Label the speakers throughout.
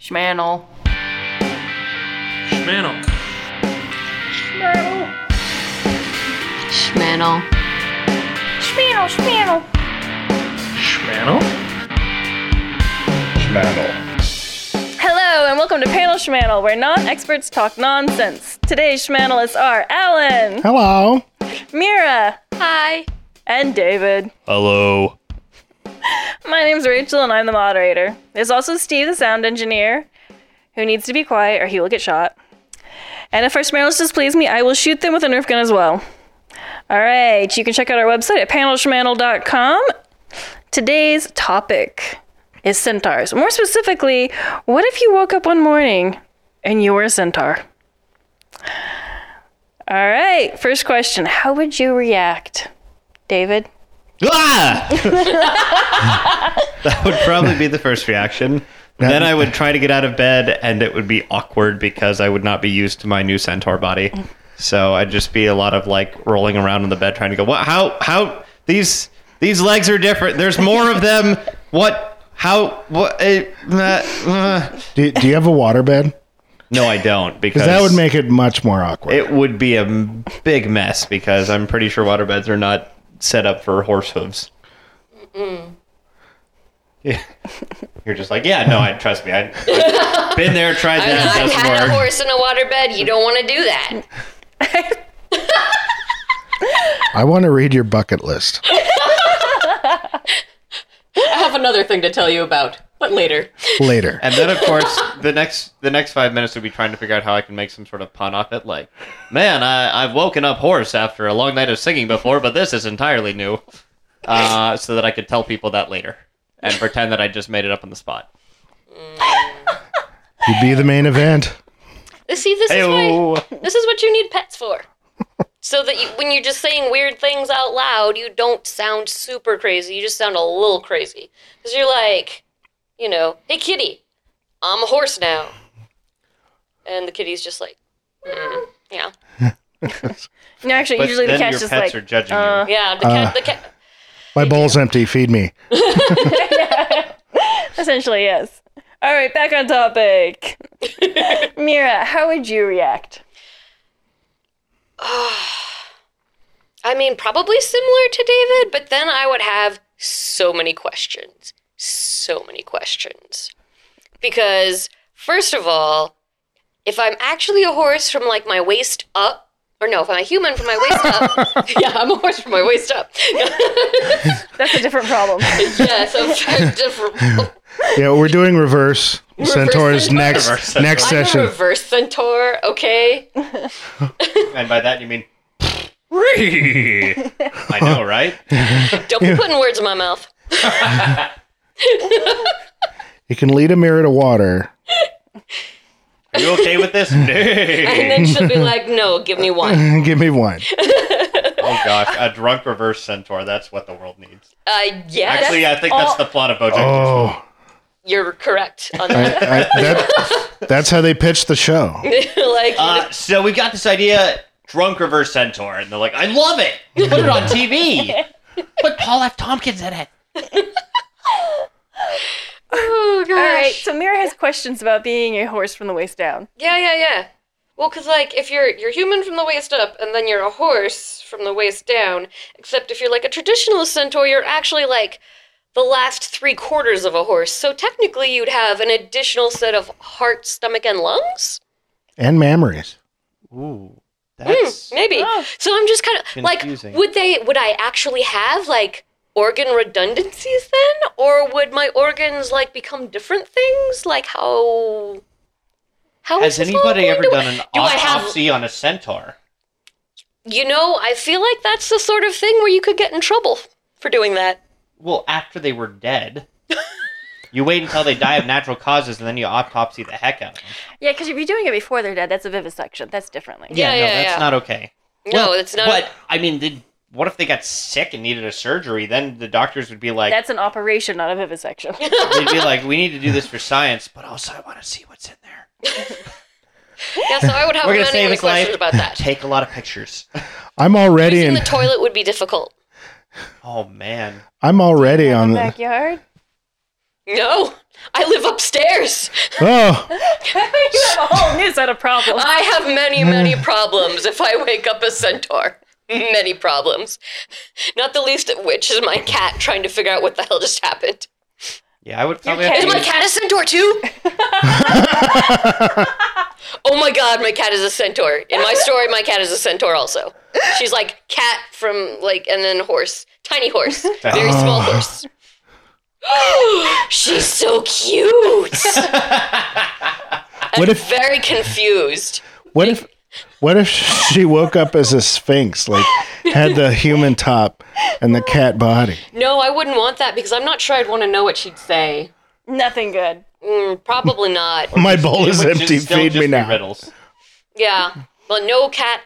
Speaker 1: Schmannel.
Speaker 2: Schmannel.
Speaker 3: Schmannel.
Speaker 1: Schmannel, Schmannel.
Speaker 2: Schmannel?
Speaker 4: Schmannel.
Speaker 5: Hello and welcome to Panel Schmannel, where non-experts talk nonsense. Today's schmannelists are Alan,
Speaker 6: Hello.
Speaker 5: Mira,
Speaker 3: Hi.
Speaker 5: and David.
Speaker 2: Hello.
Speaker 5: My name's Rachel and I'm the moderator. There's also Steve, the sound engineer, who needs to be quiet or he will get shot. And if our schmannelists displease me, I will shoot them with a Nerf gun as well. All right, you can check out our website at panelschmannel.com. Today's topic is centaurs. More specifically, what if you woke up one morning and you were a centaur? All right, first question How would you react, David?
Speaker 7: Ah! that would probably be the first reaction. Then I would try to get out of bed, and it would be awkward because I would not be used to my new centaur body. So I'd just be a lot of like rolling around in the bed trying to go. What? How? How? These these legs are different. There's more of them. What? How? What? eh, uh, uh."
Speaker 6: Do, do you have a waterbed?
Speaker 7: No, I don't because
Speaker 6: Because that would make it much more awkward.
Speaker 7: it would be a m- big mess because I'm pretty sure waterbeds are not set up for horse hooves. Yeah. You're just like, yeah, no, I trust me. I've been there, tried
Speaker 3: I,
Speaker 7: that, it
Speaker 3: I've
Speaker 7: doesn't
Speaker 3: had a
Speaker 7: work.
Speaker 3: horse in a waterbed. You don't want to do that.
Speaker 6: I want to read your bucket list.
Speaker 8: I have another thing to tell you about, but later.
Speaker 6: Later.
Speaker 7: And then, of course, the next the next five minutes would be trying to figure out how I can make some sort of pun off it, like, man, I, I've woken up hoarse after a long night of singing before, but this is entirely new, uh, so that I could tell people that later and pretend that I just made it up on the spot.
Speaker 6: You'd be the main event.
Speaker 3: See, this is why,
Speaker 7: Hey-oh.
Speaker 3: this is what you need pets for. So that you, when you're just saying weird things out loud, you don't sound super crazy. You just sound a little crazy. Because you're like, you know, hey kitty, I'm a horse now. And the kitty's just like, mm, yeah.
Speaker 5: No, actually,
Speaker 7: But
Speaker 5: usually the
Speaker 7: then
Speaker 5: cat's
Speaker 7: your
Speaker 5: just
Speaker 7: pets
Speaker 5: like, "Uh."
Speaker 7: are judging you.
Speaker 3: Yeah, the cat, the cat.
Speaker 6: My bowl's empty. Feed me.
Speaker 5: Essentially, yes. All right, back on topic. Mira, how would you react?
Speaker 3: I mean, probably similar to David, but then I would have so many questions. So many questions. Because, first of all, if I'm actually a horse from like my waist up, or no, if I'm a human from my waist up, yeah, I'm a horse from my waist up.
Speaker 5: That's a different problem.
Speaker 3: yes, I'm, I'm different.
Speaker 6: Yeah, we're doing reverse. Centaur's
Speaker 3: centaur.
Speaker 6: next
Speaker 7: Reverse centaur.
Speaker 6: next
Speaker 3: I'm a
Speaker 6: session.
Speaker 3: reverse centaur, okay?
Speaker 7: And by that you mean I know, right?
Speaker 3: Don't be putting words in my mouth.
Speaker 6: You can lead a mirror to water.
Speaker 7: Are you okay with this?
Speaker 3: And then she'll be like, no, give me one.
Speaker 6: Give me one.
Speaker 7: oh gosh, a drunk reverse centaur. That's what the world needs.
Speaker 3: Uh, yeah,
Speaker 7: Actually, I think that's the plot of BoJack.
Speaker 6: Oh,
Speaker 3: you're correct on
Speaker 6: I,
Speaker 3: that.
Speaker 6: I, that, that's how they pitched the show.
Speaker 3: like,
Speaker 7: Uh, so we got this idea, drunk reverse centaur, and they're like, I love it. Put it on TV. Put Paul F. Tompkins in it.
Speaker 3: oh, gosh.
Speaker 5: All right, so Mira has questions about being a horse from the waist down.
Speaker 3: Yeah, yeah, yeah. Well, because like if you're you're human from the waist up, and then you're a horse from the waist down. Except if you're like a traditional centaur, you're actually like the last three quarters of a horse. So technically, you'd have an additional set of heart, stomach, and lungs.
Speaker 6: And mammaries.
Speaker 7: Ooh, that's
Speaker 3: Maybe. So I'm just kind of like,
Speaker 7: Confusing.
Speaker 3: would they? Would I actually have like organ redundancies then, or would my organs like become different things? Like how? How is
Speaker 7: Has
Speaker 3: this all
Speaker 7: anybody
Speaker 3: going
Speaker 7: ever
Speaker 3: to-
Speaker 7: done an
Speaker 3: Do I have-
Speaker 7: autopsy on a centaur?
Speaker 3: You know, I feel like that's the sort of thing where you could get in trouble for doing that.
Speaker 7: Well, after they were dead. You wait until they die of natural causes, and then you autopsy the heck out of them.
Speaker 5: Yeah, because if you're doing it before they're dead, that's a vivisection. That's differently.
Speaker 3: Yeah,
Speaker 7: no,
Speaker 3: yeah,
Speaker 7: that's
Speaker 3: yeah.
Speaker 7: not okay.
Speaker 3: No, it's not-
Speaker 7: But I mean, did, what if they got sick and needed a surgery? Then the doctors would be like,
Speaker 5: That's an operation, not a vivisection.
Speaker 7: they'd be like, we need to do this for science, but also I want to see what's in there.
Speaker 3: Yeah, so I would have
Speaker 7: We're
Speaker 3: many,
Speaker 7: gonna save
Speaker 3: many
Speaker 7: his
Speaker 3: questions
Speaker 7: life.
Speaker 3: about that.
Speaker 7: Take a lot of pictures.
Speaker 6: I'm already
Speaker 3: Using
Speaker 6: in
Speaker 3: the toilet would be difficult.
Speaker 7: Oh man,
Speaker 6: I'm already on the
Speaker 5: Backyard?
Speaker 3: No, I live upstairs.
Speaker 6: Oh,
Speaker 5: you have a whole new set of problems.
Speaker 3: I have many, many problems if I wake up a centaur. Many problems. Not the least of which is my cat trying to figure out what the hell just happened.
Speaker 7: Yeah, I would probably have
Speaker 5: cat
Speaker 7: to
Speaker 3: Is my
Speaker 7: use,
Speaker 3: cat a centaur too? oh my god, my cat is a centaur. In my story, my cat is a centaur also. She's like cat from like and then horse. Tiny horse. Very small horse. She's so cute.
Speaker 6: what if
Speaker 3: Very confused.
Speaker 6: what if what if she woke up as a sphinx, like had the human top and the cat body?
Speaker 3: No, I wouldn't want that because I'm not sure I'd want to know what she'd say.
Speaker 5: Nothing good.
Speaker 3: Mm, probably not.
Speaker 6: My bowl
Speaker 7: it
Speaker 6: is
Speaker 7: would just
Speaker 6: empty.
Speaker 7: still
Speaker 6: Feed
Speaker 7: just
Speaker 6: me
Speaker 7: be
Speaker 6: now.
Speaker 7: Riddles.
Speaker 3: Yeah. Well, no cat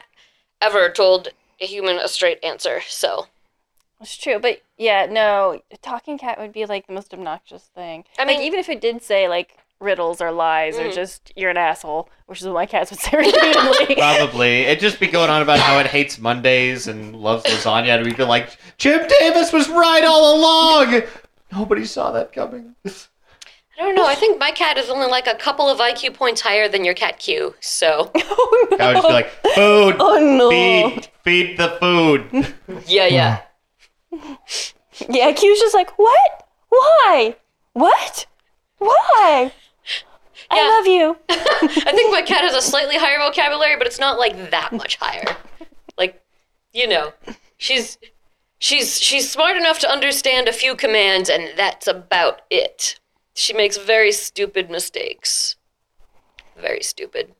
Speaker 3: ever told a human a straight answer, so.
Speaker 5: It's true, but yeah, no, a talking cat would be like the most obnoxious thing.
Speaker 3: I
Speaker 5: I mean, Mm.
Speaker 3: mean-
Speaker 5: even if it did say like riddles or lies or just you're an asshole, which is what my cats would say repeatedly.
Speaker 7: Probably. It'd just be going on about how it hates Mondays and loves lasagna. And we'd be like, Jim Davis was right all along. Nobody saw that coming.
Speaker 3: I don't know. I think my cat is only like a couple of IQ points higher than your cat Q, so.
Speaker 7: I would just be like, food.
Speaker 5: oh no!
Speaker 7: Feed, feed the food.
Speaker 3: Yeah, yeah.
Speaker 5: Yeah, Q's just like what? Why? What? Why?
Speaker 3: Yeah.
Speaker 5: I love you.
Speaker 3: I think my cat has a slightly higher vocabulary, but it's not like that much higher. Like, you know, she's she's she's smart enough to understand a few commands and that's about it. She makes very stupid mistakes. Very stupid.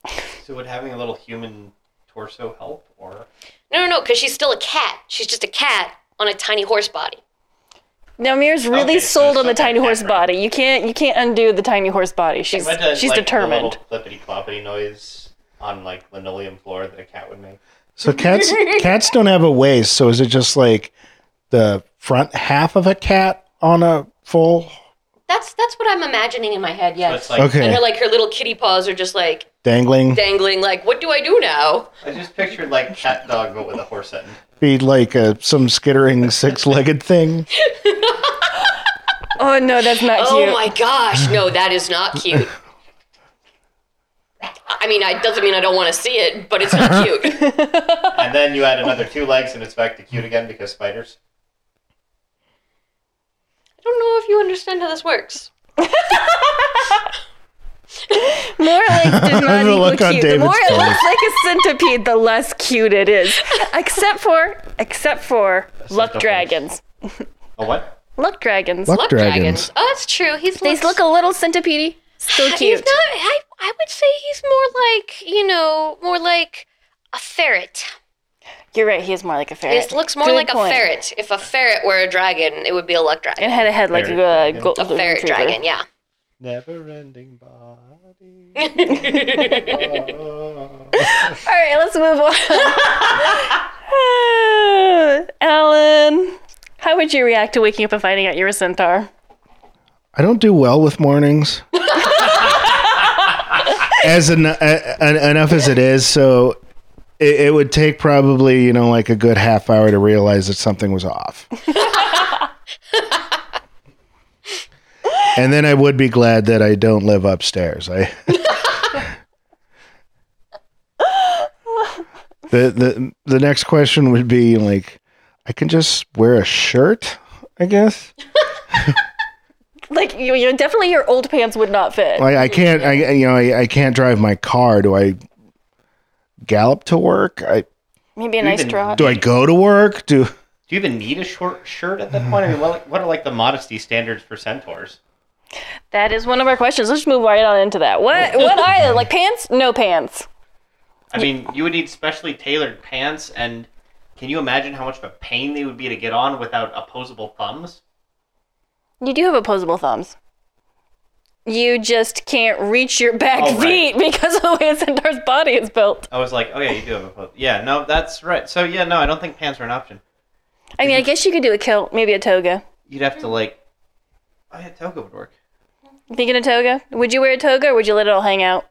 Speaker 7: So would having a little human torso help, or
Speaker 3: No, no, no, because she's still a cat. She's just a cat on a tiny horse body.
Speaker 5: Now Mira's really
Speaker 7: Okay, so
Speaker 5: sold on the
Speaker 7: something
Speaker 5: tiny horse
Speaker 7: different.
Speaker 5: body. You can't you can't undo the tiny horse body. She's she's determined.
Speaker 7: clippity cloppity noise on like linoleum floor that a cat would make.
Speaker 6: So cats cats don't have a waist. So is it just like the front half of a cat on a full?
Speaker 3: That's that's what I'm imagining in my head.
Speaker 7: So
Speaker 3: Yes.
Speaker 7: it's like
Speaker 6: Okay,
Speaker 3: And her like her little kitty paws are just like
Speaker 6: dangling.
Speaker 3: dangling. Like, what do I do now?
Speaker 7: I just pictured like cat dog but with a horse end.
Speaker 6: Be like a some skittering six legged thing.
Speaker 5: Oh no, that's not
Speaker 3: Oh
Speaker 5: cute.
Speaker 3: my gosh! No, that is not cute. I mean, it doesn't mean I don't want to see it, but it's not cute.
Speaker 7: And then you add another two legs, and it's back to cute again because spiders.
Speaker 3: I don't know if you understand how this works.
Speaker 5: More likes does not
Speaker 6: The
Speaker 5: equal
Speaker 6: look on
Speaker 5: cute. The
Speaker 6: David's
Speaker 5: more it
Speaker 6: face.
Speaker 5: looks like a centipede, the less cute it is. Except for, except for luck
Speaker 7: centipede.
Speaker 5: dragons.
Speaker 7: A what?
Speaker 5: Luck dragons.
Speaker 6: Luck
Speaker 3: Luck dragons.
Speaker 6: dragons.
Speaker 3: Oh, that's true. He's
Speaker 5: They look a little centipede. Still
Speaker 3: He's
Speaker 5: cute.
Speaker 3: not. I I would say he's more like you know more like a ferret.
Speaker 5: You're right. He is more like a ferret.
Speaker 3: It looks more
Speaker 5: Good
Speaker 3: like
Speaker 5: point.
Speaker 3: a ferret. If a ferret were a dragon, it would be a luck
Speaker 5: It
Speaker 3: dragon.
Speaker 5: had a head like
Speaker 7: Ferret
Speaker 5: a
Speaker 7: dragon.
Speaker 5: gold
Speaker 3: A ferret
Speaker 5: retriever.
Speaker 3: dragon, yeah.
Speaker 7: Never ending body.
Speaker 5: All right, let's move on. Alan, how would you react to waking up and finding out you're a centaur?
Speaker 6: I don't do well with mornings. as en- uh, en- enough as it is, so it, it would take probably you know like a good half hour to realize that something was off. and then I would be glad that I don't live upstairs. I. The, the the next question would be like I can just wear a shirt, I guess.
Speaker 5: Like you, you definitely your old pants would not fit.
Speaker 6: Like I can't, I I- you know, I, I can't drive my car. Do I gallop to work? I
Speaker 5: Maybe a nice
Speaker 7: Even
Speaker 5: drop.
Speaker 6: do I go to work? Do
Speaker 7: Do you even need a short shirt at that point? I mean, what, what are like the modesty standards for centaurs?
Speaker 5: That is one of our questions. Let's just move right on into that. What what are they? Like pants? No pants.
Speaker 7: I mean, you would need specially tailored pants, and can you imagine how much of a pain they would be to get on without opposable thumbs?
Speaker 5: You do have opposable thumbs. You just can't reach your back
Speaker 7: Oh, right.
Speaker 5: feet because of the way a centaur's body is built.
Speaker 7: I was like, oh yeah, you do have opposable. Yeah, no, that's right. So yeah, no, I don't think pants are an option.
Speaker 5: I mean, I guess you could do a kilt, maybe a toga.
Speaker 7: You'd have to like, oh yeah, toga would work.
Speaker 5: You Thinking a toga? Would you wear a toga or would you let it all hang out?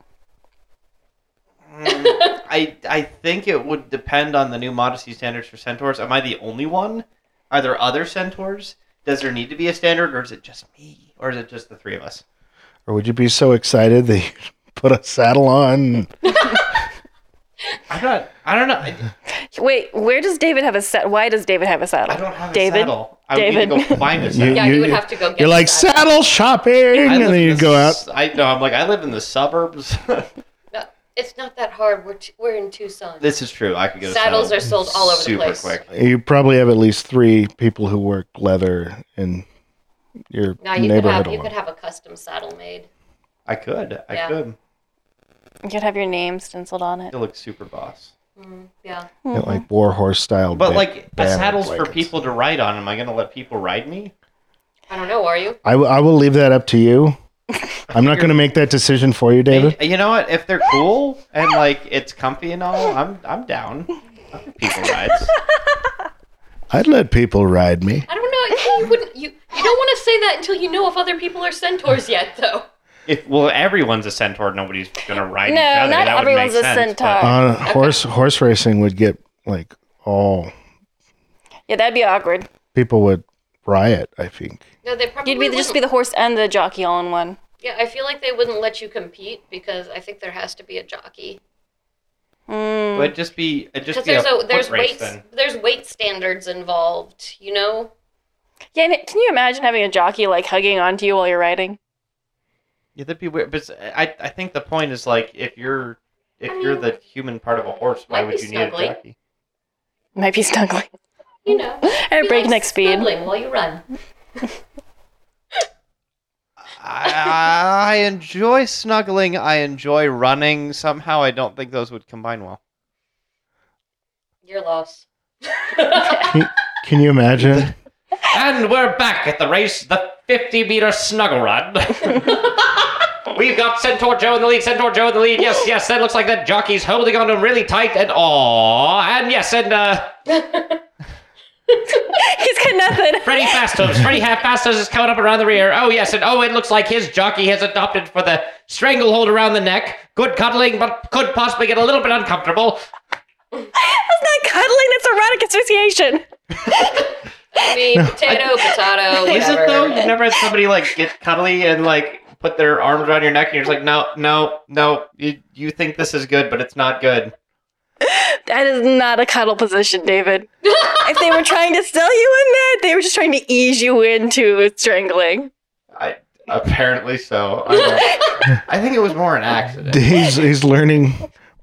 Speaker 7: I I think it would depend on the new modesty standards for centaurs. Am I the only one? Are there other centaurs? Does there need to be a standard, or is it just me, or is it just the three of us?
Speaker 6: Or would you be so excited that you put a saddle on?
Speaker 7: I'm not. I don't know. I,
Speaker 5: Wait, where does David have a set? Why does David have a saddle?
Speaker 7: I don't have
Speaker 5: David,
Speaker 7: a saddle. I would need
Speaker 5: David.
Speaker 7: to go find a
Speaker 6: You,
Speaker 7: saddle.
Speaker 3: Yeah, you would have to go get
Speaker 6: You're
Speaker 3: a
Speaker 6: like
Speaker 3: saddle.
Speaker 6: saddle shopping,
Speaker 7: I
Speaker 6: and
Speaker 7: live
Speaker 6: then
Speaker 7: in
Speaker 6: you
Speaker 7: the
Speaker 6: go out.
Speaker 7: s- I know. I'm like, I live in the suburbs.
Speaker 3: No, it's not that hard. We're, t- we're in Tucson.
Speaker 7: this is true. I could get a
Speaker 3: Saddles
Speaker 7: saddle
Speaker 3: are sold all over the
Speaker 7: super
Speaker 3: place.
Speaker 7: quick.
Speaker 6: You probably have at least three people who work leather in your
Speaker 3: now you could
Speaker 6: neighborhood.
Speaker 3: have you
Speaker 6: alone.
Speaker 3: could have a custom saddle made.
Speaker 7: I could. I
Speaker 3: Yeah.
Speaker 7: could.
Speaker 5: you could have your name stenciled on it.
Speaker 7: It looks super boss.
Speaker 3: Yeah.
Speaker 6: Yeah,
Speaker 3: Mhm.
Speaker 6: like war horse style.
Speaker 7: But
Speaker 6: ba-
Speaker 7: like, a
Speaker 6: banners,
Speaker 7: saddle's
Speaker 6: like
Speaker 7: for
Speaker 6: it's-
Speaker 7: people to ride on. Am I going to let people ride me?
Speaker 3: I don't know, are you?
Speaker 6: I, w- I will leave that up to you. I'm not going to make that decision for you, David.
Speaker 7: Hey, you know what? If they're cool and like it's comfy and all, I'm I'm down. I think People rides.
Speaker 6: I'd let people ride me.
Speaker 3: I don't know. You wouldn't you you don't want to say that until you know if other people are centaurs yet though.
Speaker 7: If well, everyone's a centaur. Nobody's gonna ride
Speaker 5: No,
Speaker 7: each other.
Speaker 5: not
Speaker 7: that would make
Speaker 5: everyone's a
Speaker 7: sense, but-
Speaker 5: centaur.
Speaker 6: Uh, Horse horse racing would get like all
Speaker 5: Yeah, that'd be awkward.
Speaker 6: people would riot. I think.
Speaker 3: No, they probably
Speaker 5: You'd be just be the horse and the jockey all in one.
Speaker 3: Yeah, I feel like they wouldn't let you compete because I think there has to be a jockey.
Speaker 5: Mm.
Speaker 7: Would just be it'd just
Speaker 3: Because
Speaker 7: be
Speaker 3: there's
Speaker 7: a,
Speaker 3: a, there's
Speaker 7: foot race
Speaker 3: weight
Speaker 7: then.
Speaker 3: there's weight standards involved, you know?
Speaker 5: Yeah, and it- can you imagine having a jockey like hugging onto you while you're riding?
Speaker 7: Yeah, that'd be weird. But I I think the point is like if you're if
Speaker 3: I
Speaker 7: you're
Speaker 3: mean,
Speaker 7: the human part of a horse, why
Speaker 3: might
Speaker 7: would
Speaker 3: be
Speaker 7: you need a
Speaker 3: snuggly.
Speaker 7: jockey?
Speaker 5: Might be snuggling
Speaker 3: You know.
Speaker 5: at
Speaker 3: You
Speaker 5: breakneck
Speaker 3: like
Speaker 5: speed.
Speaker 3: snuggling while you run.
Speaker 7: I, I enjoy snuggling. I enjoy running. Somehow, I don't think those would combine well.
Speaker 3: You're lost.
Speaker 6: Can you imagine?
Speaker 7: And we're back at the race, the 50 meter snuggle run. We've got Centaur Joe in the lead, Centaur Joe in the lead. Yes, yes, that looks like that jockey's holding on to him really tight. And aw, and yes, and uh,
Speaker 5: He's got nothing.
Speaker 7: Freddy Fastos, Freddy Half Fastos is coming up around the rear. Oh, yes, and oh, it looks like his jockey has adopted for the stranglehold around the neck. Good cuddling, but could possibly get a little bit uncomfortable.
Speaker 5: That's not cuddling. That's erotic asphyxiation.
Speaker 3: I mean, potato, potato,
Speaker 7: Is
Speaker 3: whatever.
Speaker 7: it though? You've never had somebody like get cuddly and like put their arms around your neck, and you're just like, no, no, no. You you think this is good, but it's not good.
Speaker 5: That is not a cuddle position, David. if they were trying to sell you in that, they were just trying to ease you into strangling.
Speaker 7: I apparently so. I, don't- I think it was more an accident.
Speaker 6: he's he's learning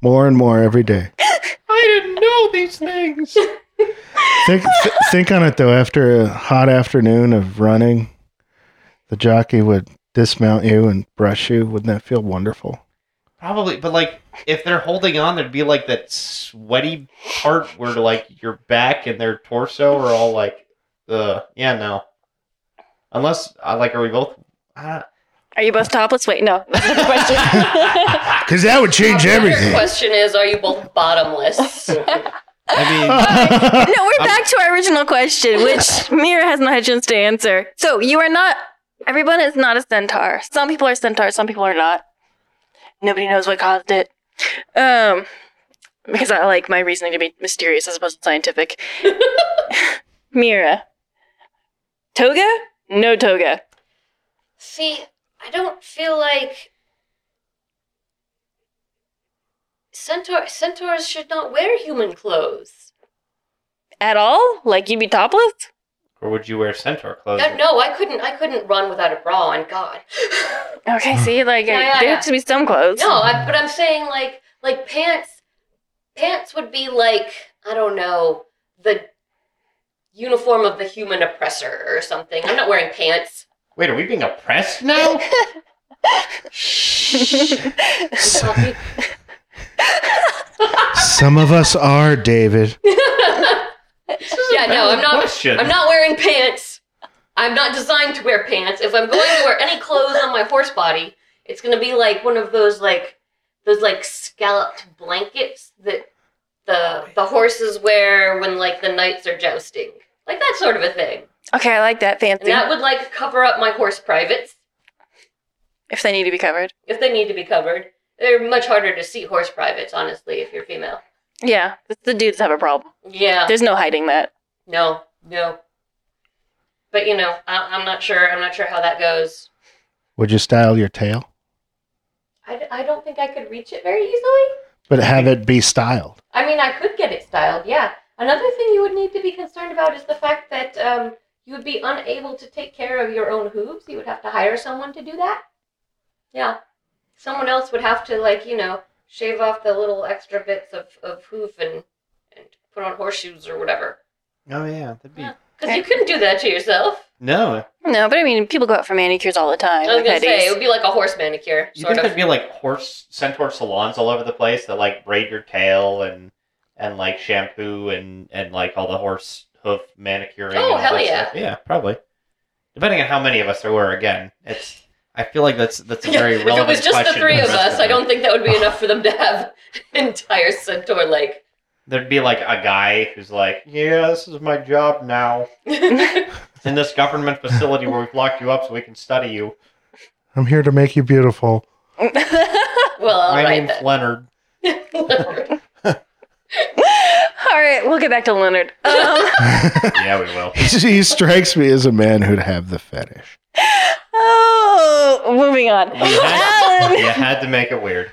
Speaker 6: more and more every day.
Speaker 7: I didn't know these things.
Speaker 6: Think th- think on it though. After a hot afternoon of running, the jockey would dismount you and brush you. Wouldn't that feel wonderful?
Speaker 7: Probably, but like if they're holding on, there'd be like that sweaty part where like your back and their torso are all like, uh, yeah, no. Unless, uh, like, are we both? uh, I
Speaker 5: Are you both topless? Wait, no. That's not the question.
Speaker 6: Because that would change
Speaker 3: Your
Speaker 6: everything.
Speaker 3: question is, are you both bottomless?
Speaker 7: don't- I mean.
Speaker 5: no, we're back to our original question, which Mira has not had a chance to answer. So you are not. Everyone is not a centaur. Some people are centaurs. Some people are not. Nobody knows what caused it. Um, because I like my reasoning to be mysterious as opposed to scientific. Mira, toga? No toga.
Speaker 3: See, I don't feel like centaur centaurs should not wear human clothes.
Speaker 5: At all? Like you'd be topless?
Speaker 7: Or would you wear centaur clothes?
Speaker 3: No, no, I couldn't. I couldn't run without a bra on. God,
Speaker 5: Okay, see, like
Speaker 3: Yeah, yeah,
Speaker 5: there
Speaker 3: yeah.
Speaker 5: have to be some clothes.
Speaker 3: no. I, but I'm saying like like pants. Pants would be like I don't know the uniform of the human oppressor or something. I'm not wearing pants.
Speaker 7: Wait, are we being oppressed now?
Speaker 3: Coffee.
Speaker 6: Some of us are, David.
Speaker 3: yeah, no, I'm not.
Speaker 7: Question.
Speaker 3: I'm not wearing pants. I'm not designed to wear pants. If I'm going to wear any clothes on my horse body, it's gonna be like one of those like those like scalloped blankets that the the horses wear when like the knights are jousting, like that sort of a thing.
Speaker 5: Okay, I like that
Speaker 3: And
Speaker 5: fancy.
Speaker 3: that would like cover up my horse privates
Speaker 5: if they need to be covered.
Speaker 3: if they need to be covered. They're much harder to see horse privates, honestly, if you're female.
Speaker 5: Yeah, the dudes have a problem.
Speaker 3: Yeah.
Speaker 5: There's no hiding that.
Speaker 3: No, no. But you know, I, I'm not sure. I'm not sure how that goes.
Speaker 6: Would you style your tail?
Speaker 3: I, I don't think I could reach it very easily.
Speaker 6: But have it be styled.
Speaker 3: I mean, I could get it styled, yeah. Another thing you would need to be concerned about is the fact that um, you would be unable to take care of your own hooves. You would have to hire someone to do that. Yeah. Someone else would have to, like, you know, shave off the little extra bits of, of hoof and, and put on horseshoes or whatever.
Speaker 7: Oh yeah, that'd be
Speaker 3: Because you couldn't do that to yourself.
Speaker 7: no.
Speaker 5: No, but I mean, people go out for manicures all the time.
Speaker 3: I was going to
Speaker 5: nowadays.
Speaker 3: say, it would be like a horse manicure,
Speaker 7: You
Speaker 3: sort
Speaker 7: think
Speaker 3: of.
Speaker 7: there'd be like horse centaur salons all over the place that like braid your tail and and like shampoo and and like all the horse hoof manicuring.
Speaker 3: Oh,
Speaker 7: and all
Speaker 3: hell
Speaker 7: that
Speaker 3: yeah.
Speaker 7: stuff. Yeah, probably. Depending on how many of us there were, again, it's. I feel like that's that's a very
Speaker 3: if
Speaker 7: relevant
Speaker 3: it was just the
Speaker 7: question
Speaker 3: three
Speaker 7: for
Speaker 3: of
Speaker 7: rest
Speaker 3: us, I don't think that would be enough for them to have an entire centaur like.
Speaker 7: There'd be like a guy who's like, "Yeah, this is my job now. It's in this government facility where we've locked you up so we can study you."
Speaker 6: I'm here to make you beautiful.
Speaker 3: well, all
Speaker 7: my
Speaker 3: right
Speaker 7: name's Leonard.
Speaker 3: then.
Speaker 5: all right, we'll get back to Leonard. Um,
Speaker 7: Yeah, we will.
Speaker 6: he strikes me as a man who'd have the fetish.
Speaker 5: oh, moving on.
Speaker 7: You had,
Speaker 5: Alan!
Speaker 7: you had to make it weird.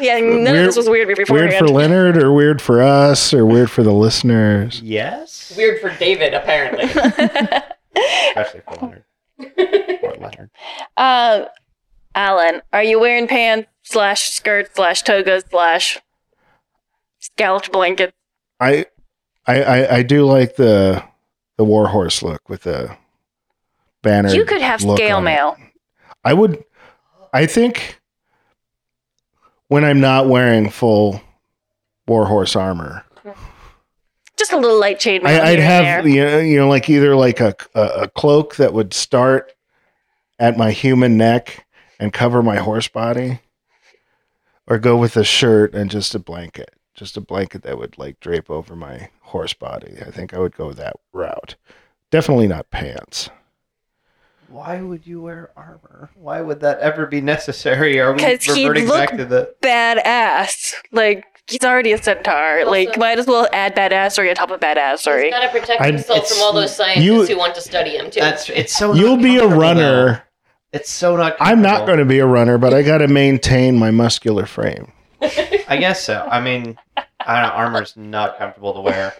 Speaker 5: Yeah, none of
Speaker 6: Weird-
Speaker 5: this was weird
Speaker 6: Weird
Speaker 5: beforehand.
Speaker 6: for Leonard or weird for us or weird for the listeners?
Speaker 7: Yes.
Speaker 3: Weird for David, apparently.
Speaker 7: Especially for Leonard. Poor Leonard.
Speaker 5: uh, Alan, are you wearing pants slash skirt slash toga slash scalloped blanket?
Speaker 6: I, I, I, I do like the the war horse look with the banner.
Speaker 5: You could have
Speaker 6: look
Speaker 5: scale
Speaker 6: on it.
Speaker 5: mail.
Speaker 6: I would. I think when I'm not wearing full war horse armor,
Speaker 5: Just a little light chain mail.
Speaker 6: I,
Speaker 5: here
Speaker 6: I'd
Speaker 5: and
Speaker 6: have
Speaker 5: there.
Speaker 6: you know, you know like either like a, a a cloak that would start at my human neck and cover my horse body, or go with a shirt and just a blanket, just a blanket that would like drape over my horse body. I think I would go that route. Definitely not pants.
Speaker 7: Why would you wear armor? Why would that ever be necessary? Are we
Speaker 5: 'Cause he'd
Speaker 7: reverting
Speaker 5: look-
Speaker 7: back to the?
Speaker 5: badass. Like he's already a centaur.
Speaker 3: Also-
Speaker 5: like might as well add badassery on top of badassery.
Speaker 3: He's got to protect
Speaker 6: I-
Speaker 3: himself
Speaker 7: it's-
Speaker 3: from all those scientists
Speaker 6: you-
Speaker 3: who want to study him, too.
Speaker 7: That's it's so.
Speaker 6: You'll
Speaker 7: not
Speaker 6: be a
Speaker 7: comfortable,
Speaker 6: runner.
Speaker 7: though. It's so not.
Speaker 6: I'm not going
Speaker 7: comfortable.
Speaker 6: to be a runner, but I got to maintain my muscular frame.
Speaker 7: I guess so. I mean, I don't know, armor's not comfortable to wear.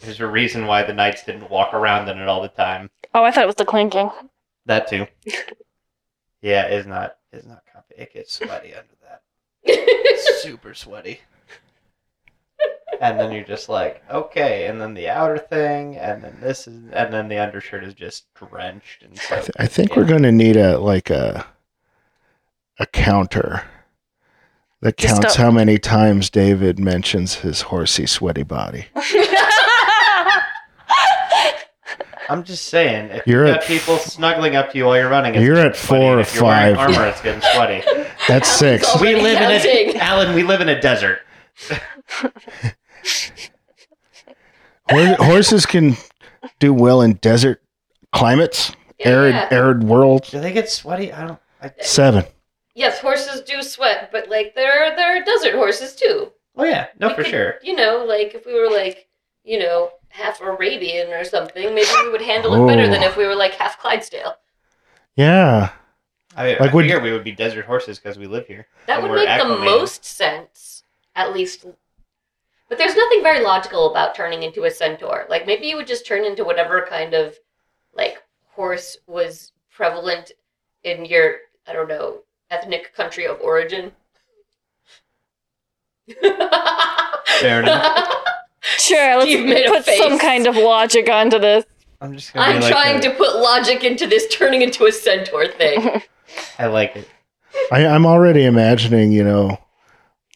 Speaker 7: There's a reason why the knights didn't walk around in it all the time.
Speaker 5: oh, I thought it was the clinking.
Speaker 7: That too. Yeah, it's not. It's not comfy. It gets sweaty under that. It's super sweaty. And then you're just like, okay. And then the outer thing, and then this is, and then the undershirt is just drenched and
Speaker 6: I,
Speaker 7: so.
Speaker 6: th- I think we're going to need a like a a counter that
Speaker 5: Just
Speaker 6: counts
Speaker 5: don't-
Speaker 6: how many times David mentions his horsey, sweaty body.
Speaker 7: I'm just saying, if
Speaker 6: You're
Speaker 7: you've
Speaker 6: at
Speaker 7: got people snuggling up to you while you're running,
Speaker 6: You're at
Speaker 7: getting sweaty,
Speaker 6: four
Speaker 7: and
Speaker 6: or
Speaker 7: if you're wearing
Speaker 6: five.
Speaker 7: Armor, it's getting sweaty.
Speaker 6: That's six.
Speaker 3: all-
Speaker 7: we
Speaker 3: Already
Speaker 7: live in
Speaker 3: counting.
Speaker 7: a Alan. We live in a desert.
Speaker 6: Hor- horses can do well in desert climates, arid
Speaker 3: Yeah.
Speaker 6: arid worlds.
Speaker 7: Do they get sweaty? I don't. I,
Speaker 6: Seven.
Speaker 3: yes, horses do sweat, but, like, there are, there are desert horses, too.
Speaker 7: oh yeah, no,
Speaker 3: We
Speaker 7: for
Speaker 3: could,
Speaker 7: sure.
Speaker 3: You know, like, if we were, like, you know, half Arabian or something, maybe we would handle it better than
Speaker 6: Oh.
Speaker 3: if we were, like, half Clydesdale.
Speaker 6: Yeah.
Speaker 7: I,
Speaker 6: Like,
Speaker 7: like, I
Speaker 6: would-
Speaker 7: figure we would be desert horses because we live here.
Speaker 3: That
Speaker 7: and
Speaker 3: would
Speaker 7: we're
Speaker 3: make the
Speaker 7: acclimated.
Speaker 3: most sense, at least. But there's nothing very logical about turning into a centaur. Like maybe you would just turn into whatever kind of like horse was prevalent in your I don't know ethnic country of origin.
Speaker 7: Fair enough.
Speaker 5: Sure, let's
Speaker 3: You've made a
Speaker 5: put
Speaker 3: face.
Speaker 5: some kind of logic onto this.
Speaker 7: I'm just. Gonna
Speaker 3: I'm trying to put logic into this turning into a centaur thing.
Speaker 7: I like it.
Speaker 6: I, I'm already imagining, you know,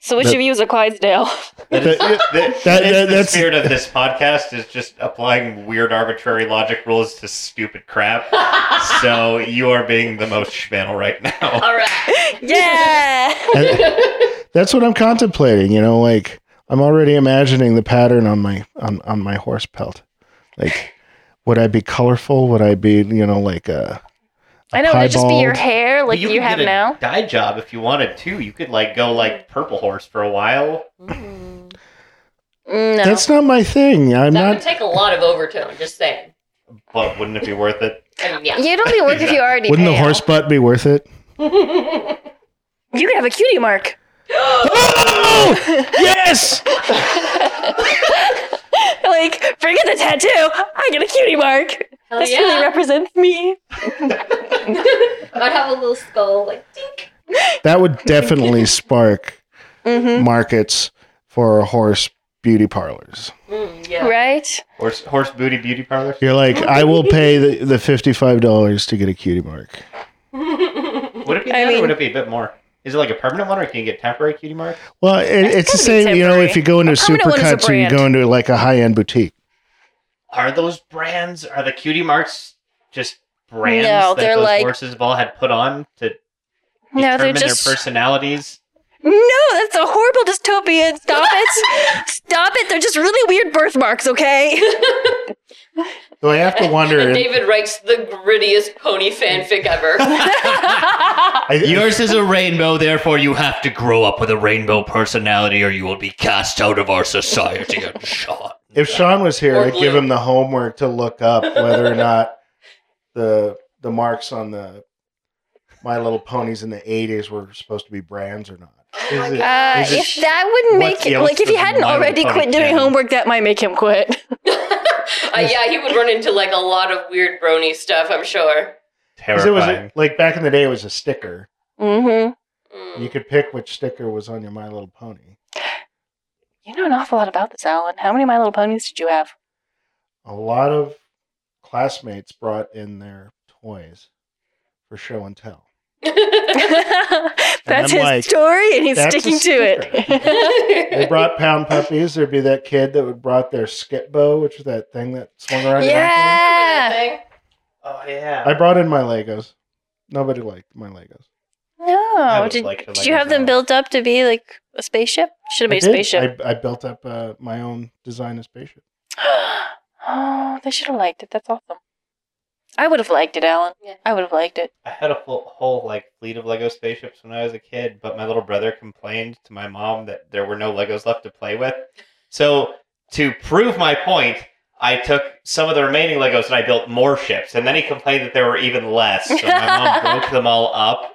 Speaker 5: So which
Speaker 6: That-
Speaker 5: of you is a Clydesdale?
Speaker 7: That
Speaker 6: that,
Speaker 7: is- that is
Speaker 6: that-
Speaker 7: the
Speaker 6: that's-
Speaker 7: spirit of this podcast is just applying weird, arbitrary logic rules to stupid crap. so you are being the most schmannel right now.
Speaker 3: All right.
Speaker 5: yeah.
Speaker 6: And that's what I'm contemplating. You know, like I'm already imagining the pattern on my on on my horse pelt. Like, would I be colorful? Would I be you know like uh, a? a
Speaker 5: I know it'd just be your
Speaker 6: piebald?
Speaker 5: hair like you,
Speaker 7: could
Speaker 5: have
Speaker 7: get a
Speaker 5: now.
Speaker 7: Dye job if you wanted to. You could like go like purple horse for a while.
Speaker 5: Mm, No.
Speaker 6: That's not my thing. I'm
Speaker 3: That would
Speaker 6: not.
Speaker 3: take a lot of overtone. Just saying.
Speaker 7: But wouldn't it be worth it?
Speaker 3: I mean, yeah.
Speaker 4: You'd only work if you already
Speaker 6: Wouldn't the
Speaker 4: pale.
Speaker 6: horse butt be worth it?
Speaker 5: You could have a cutie mark.
Speaker 6: yes!
Speaker 5: Like, forget the tattoo. I get a cutie mark.
Speaker 8: Hell
Speaker 5: This
Speaker 8: yeah.
Speaker 5: really represents me.
Speaker 8: I'd have a little skull, like, tink.
Speaker 6: That would definitely spark
Speaker 5: Mm-hmm.
Speaker 6: markets for horse beauty parlors.
Speaker 8: Mm, yeah.
Speaker 4: Right?
Speaker 7: Horse, horse booty beauty parlor.
Speaker 6: You're like, I will pay the, the $55 to get a cutie mark.
Speaker 7: Would it be
Speaker 5: I
Speaker 7: that,
Speaker 5: mean-
Speaker 7: or would it be a bit more? Is it like a permanent one, or can you get temporary cutie mark?
Speaker 6: Well, it,
Speaker 5: That's
Speaker 6: it's
Speaker 5: gotta
Speaker 6: the
Speaker 5: be
Speaker 6: same, you know,
Speaker 5: temporary.
Speaker 6: if you go into
Speaker 5: A permanent one is a
Speaker 6: Supercuts or you go
Speaker 5: brand.
Speaker 6: into like a high end boutique.
Speaker 7: Are those brands? Are the cutie marks just brands
Speaker 4: No,
Speaker 7: that
Speaker 4: they're
Speaker 7: those
Speaker 4: like-
Speaker 7: horses have all had put on to
Speaker 5: No, they're
Speaker 7: determine
Speaker 5: just.
Speaker 7: their personalities?
Speaker 5: no, that's a horrible dystopian. Stop it. Stop it. They're just really weird birthmarks, okay?
Speaker 6: So I have to wonder.
Speaker 3: And David writes the grittiest pony fanfic ever.
Speaker 6: I,
Speaker 7: Yours is a rainbow, therefore you have to grow up with a rainbow personality, or you will be cast out of our society and shot.
Speaker 6: if Sean was here,
Speaker 3: Or
Speaker 6: I'd give
Speaker 3: blue.
Speaker 6: him the homework to look up whether or not the the marks on the My Little Ponies in the '80s were supposed to be brands or not. Is it-
Speaker 4: Uh,
Speaker 6: is it-
Speaker 4: if that wouldn't
Speaker 6: what
Speaker 4: make it,
Speaker 7: else
Speaker 4: like, if he
Speaker 7: does
Speaker 4: hadn't
Speaker 7: Milo
Speaker 4: already
Speaker 7: Tony
Speaker 4: quit doing
Speaker 7: Cannon?
Speaker 4: homework,
Speaker 5: that might make him quit.
Speaker 3: Uh, yeah, he would run into like a lot of weird brony stuff, I'm sure.
Speaker 6: 'cause it was
Speaker 7: Terrifying.
Speaker 6: like back in the day, it was a sticker.
Speaker 5: Mm-hmm.
Speaker 3: Mm.
Speaker 6: You could pick which sticker was on your My Little Pony.
Speaker 5: You know an awful lot about this, Alan. How many My Little Ponies did you have?
Speaker 6: A lot of classmates brought in their toys for show and tell. I'm
Speaker 5: That's his
Speaker 6: like,
Speaker 5: story, and he's
Speaker 6: "That's a
Speaker 5: sticking to
Speaker 6: secret."
Speaker 5: it.
Speaker 6: They brought pound puppies. There'd be that kid that would brought their skip bow, which was that thing that swung around. your ankle.
Speaker 4: yeah.
Speaker 7: oh, yeah.
Speaker 6: I brought in my Legos. Nobody liked my Legos.
Speaker 7: I
Speaker 5: No,
Speaker 7: would
Speaker 5: did,
Speaker 7: like to
Speaker 4: Did
Speaker 7: like
Speaker 4: you have them
Speaker 7: that.
Speaker 4: built up to be like a spaceship?
Speaker 5: should have
Speaker 6: oh I,
Speaker 5: made a
Speaker 6: did.
Speaker 5: spaceship.
Speaker 6: I, I built up uh, my own design of spaceship.
Speaker 5: oh, they should have liked it. That's awesome. I would have liked it, Alan.
Speaker 3: Yeah.
Speaker 5: I would have liked it.
Speaker 7: I had a full, whole like fleet of Lego spaceships when I was a kid, but my little brother complained to my mom that there were no Legos left to play with. So to prove my point, I took some of the remaining Legos and I built more ships. And then he complained that there were even less. So my mom broke them all up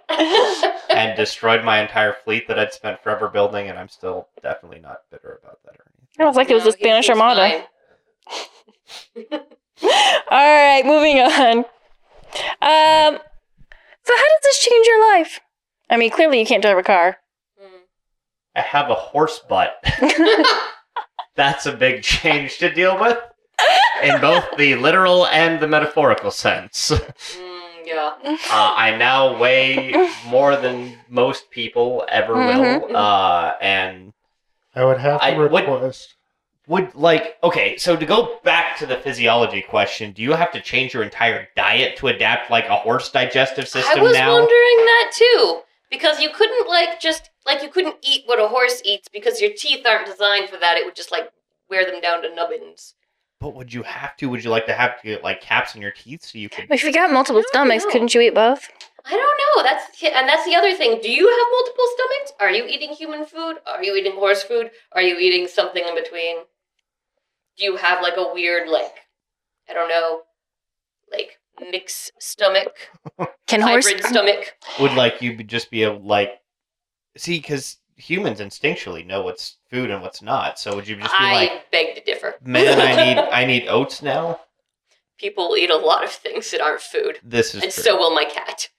Speaker 7: and destroyed my entire fleet that I'd spent forever building. And I'm still definitely not bitter about that or
Speaker 5: It
Speaker 7: anything.
Speaker 5: was like it was
Speaker 3: No,
Speaker 5: the Spanish
Speaker 3: he- he's
Speaker 5: Armada.
Speaker 3: fine.
Speaker 5: All right, moving on. Um, so how does this change your life? I mean, clearly you can't drive a car.
Speaker 7: I have a horse butt. That's a big change to deal with in both the literal and the metaphorical sense.
Speaker 3: Mm, yeah.
Speaker 7: Uh, I now weigh more than most people ever
Speaker 3: Mm-hmm.
Speaker 7: will, uh, and
Speaker 6: I would have to
Speaker 7: I- what-
Speaker 6: request.
Speaker 7: would like. Okay, so to go back to the physiology question, do you have to change your entire diet to adapt like a horse digestive
Speaker 3: I
Speaker 7: system
Speaker 3: was
Speaker 7: now?
Speaker 3: wondering that too. Because you couldn't like just like you couldn't eat what a horse eats because your teeth aren't designed for that. It would just like wear them down to nubbins.
Speaker 7: but would you have to? Would you like to have to get like caps in your teeth so you could?
Speaker 4: If you got multiple
Speaker 3: don't
Speaker 4: stomachs,
Speaker 3: know.
Speaker 4: couldn't you eat both?
Speaker 3: I don't know. That's and that's the other thing. Do you have multiple stomachs? Are you eating human food? Are you eating horse food? Are you eating something in between? Do you have like a weird like I don't know, like mixed stomach,
Speaker 5: Can horse?
Speaker 3: hybrid stomach?
Speaker 7: Would like you be- just be a like? See, because humans instinctually know what's food and what's not. So would you just be
Speaker 3: I
Speaker 7: like,
Speaker 3: beg to differ.
Speaker 7: man, I need I need oats now?
Speaker 3: people will eat a lot of things that aren't food,
Speaker 7: This is
Speaker 3: and
Speaker 7: true.
Speaker 3: so will my cat.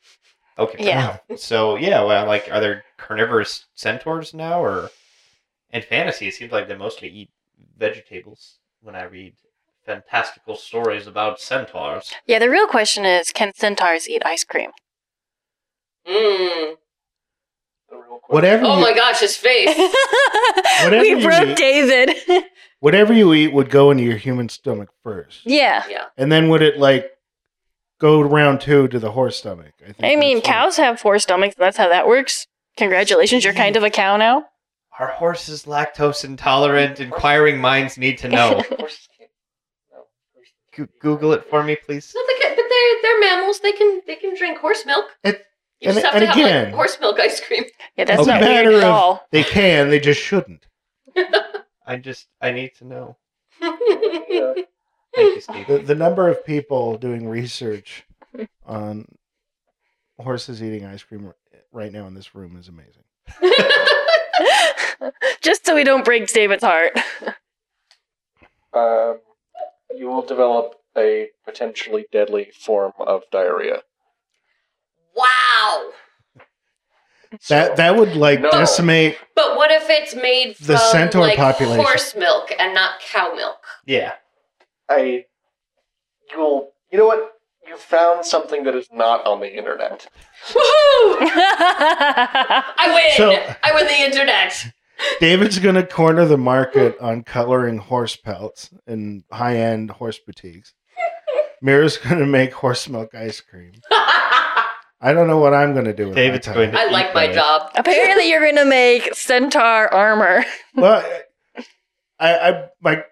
Speaker 7: Okay.
Speaker 5: Yeah.
Speaker 7: So yeah, well, like, are there carnivorous centaurs now, or in fantasy? It seems like they mostly eat vegetables. When I read fantastical stories about centaurs,
Speaker 5: Yeah, the real question is, can centaurs eat ice cream?
Speaker 3: Mm.
Speaker 6: Whatever,
Speaker 3: Oh
Speaker 6: you,
Speaker 3: my gosh, his face.
Speaker 6: Whatever
Speaker 5: we
Speaker 6: you
Speaker 5: broke
Speaker 6: eat.
Speaker 5: David.
Speaker 6: whatever you eat would go into your human stomach first,
Speaker 5: yeah.
Speaker 6: and then would it like go round two to the horse stomach? think
Speaker 5: I mean,
Speaker 6: that's what-
Speaker 5: cows have four stomachs. That's how that works. Congratulations, you're kind of a cow now.
Speaker 7: are horses lactose intolerant? Inquiring minds need to know. Go- Google it for me, please.
Speaker 3: So they can, but they're they're mammals. They can they can drink horse milk.
Speaker 6: It-
Speaker 3: you just
Speaker 6: and-
Speaker 3: have
Speaker 6: and
Speaker 3: to have
Speaker 6: again-
Speaker 3: like, horse milk ice cream.
Speaker 5: Yeah, that's
Speaker 7: Okay.
Speaker 5: not
Speaker 6: Matter
Speaker 5: weird at
Speaker 6: of-
Speaker 5: all.
Speaker 6: They can, they just shouldn't.
Speaker 7: I just I need to know.
Speaker 3: yeah.
Speaker 7: Thank you,
Speaker 6: The,
Speaker 7: Steve.
Speaker 6: the number of people doing research on horses eating ice cream r- right now in this room is amazing.
Speaker 5: Just so we don't break David's heart.
Speaker 9: Um, you will develop a potentially deadly form of diarrhea.
Speaker 3: Wow.
Speaker 9: So-
Speaker 6: That that would like
Speaker 9: No.
Speaker 6: decimate
Speaker 3: But what if it's made from
Speaker 6: The centaur
Speaker 3: like,
Speaker 6: population.
Speaker 3: horse milk and not cow milk?
Speaker 7: Yeah.
Speaker 9: I you'll you know what? You found something that is not on the internet.
Speaker 3: Woohoo! I win.
Speaker 6: So-
Speaker 3: I win the internet.
Speaker 6: David's gonna corner the market on coloring horse pelts in high-end horse boutiques. Mira's gonna make horse milk ice cream.
Speaker 3: I
Speaker 6: I don't know what I'm gonna do. With my
Speaker 7: David's
Speaker 6: time.
Speaker 7: going to
Speaker 3: like my job.
Speaker 5: Apparently, you're gonna make centaur armor.
Speaker 6: Well, I, I my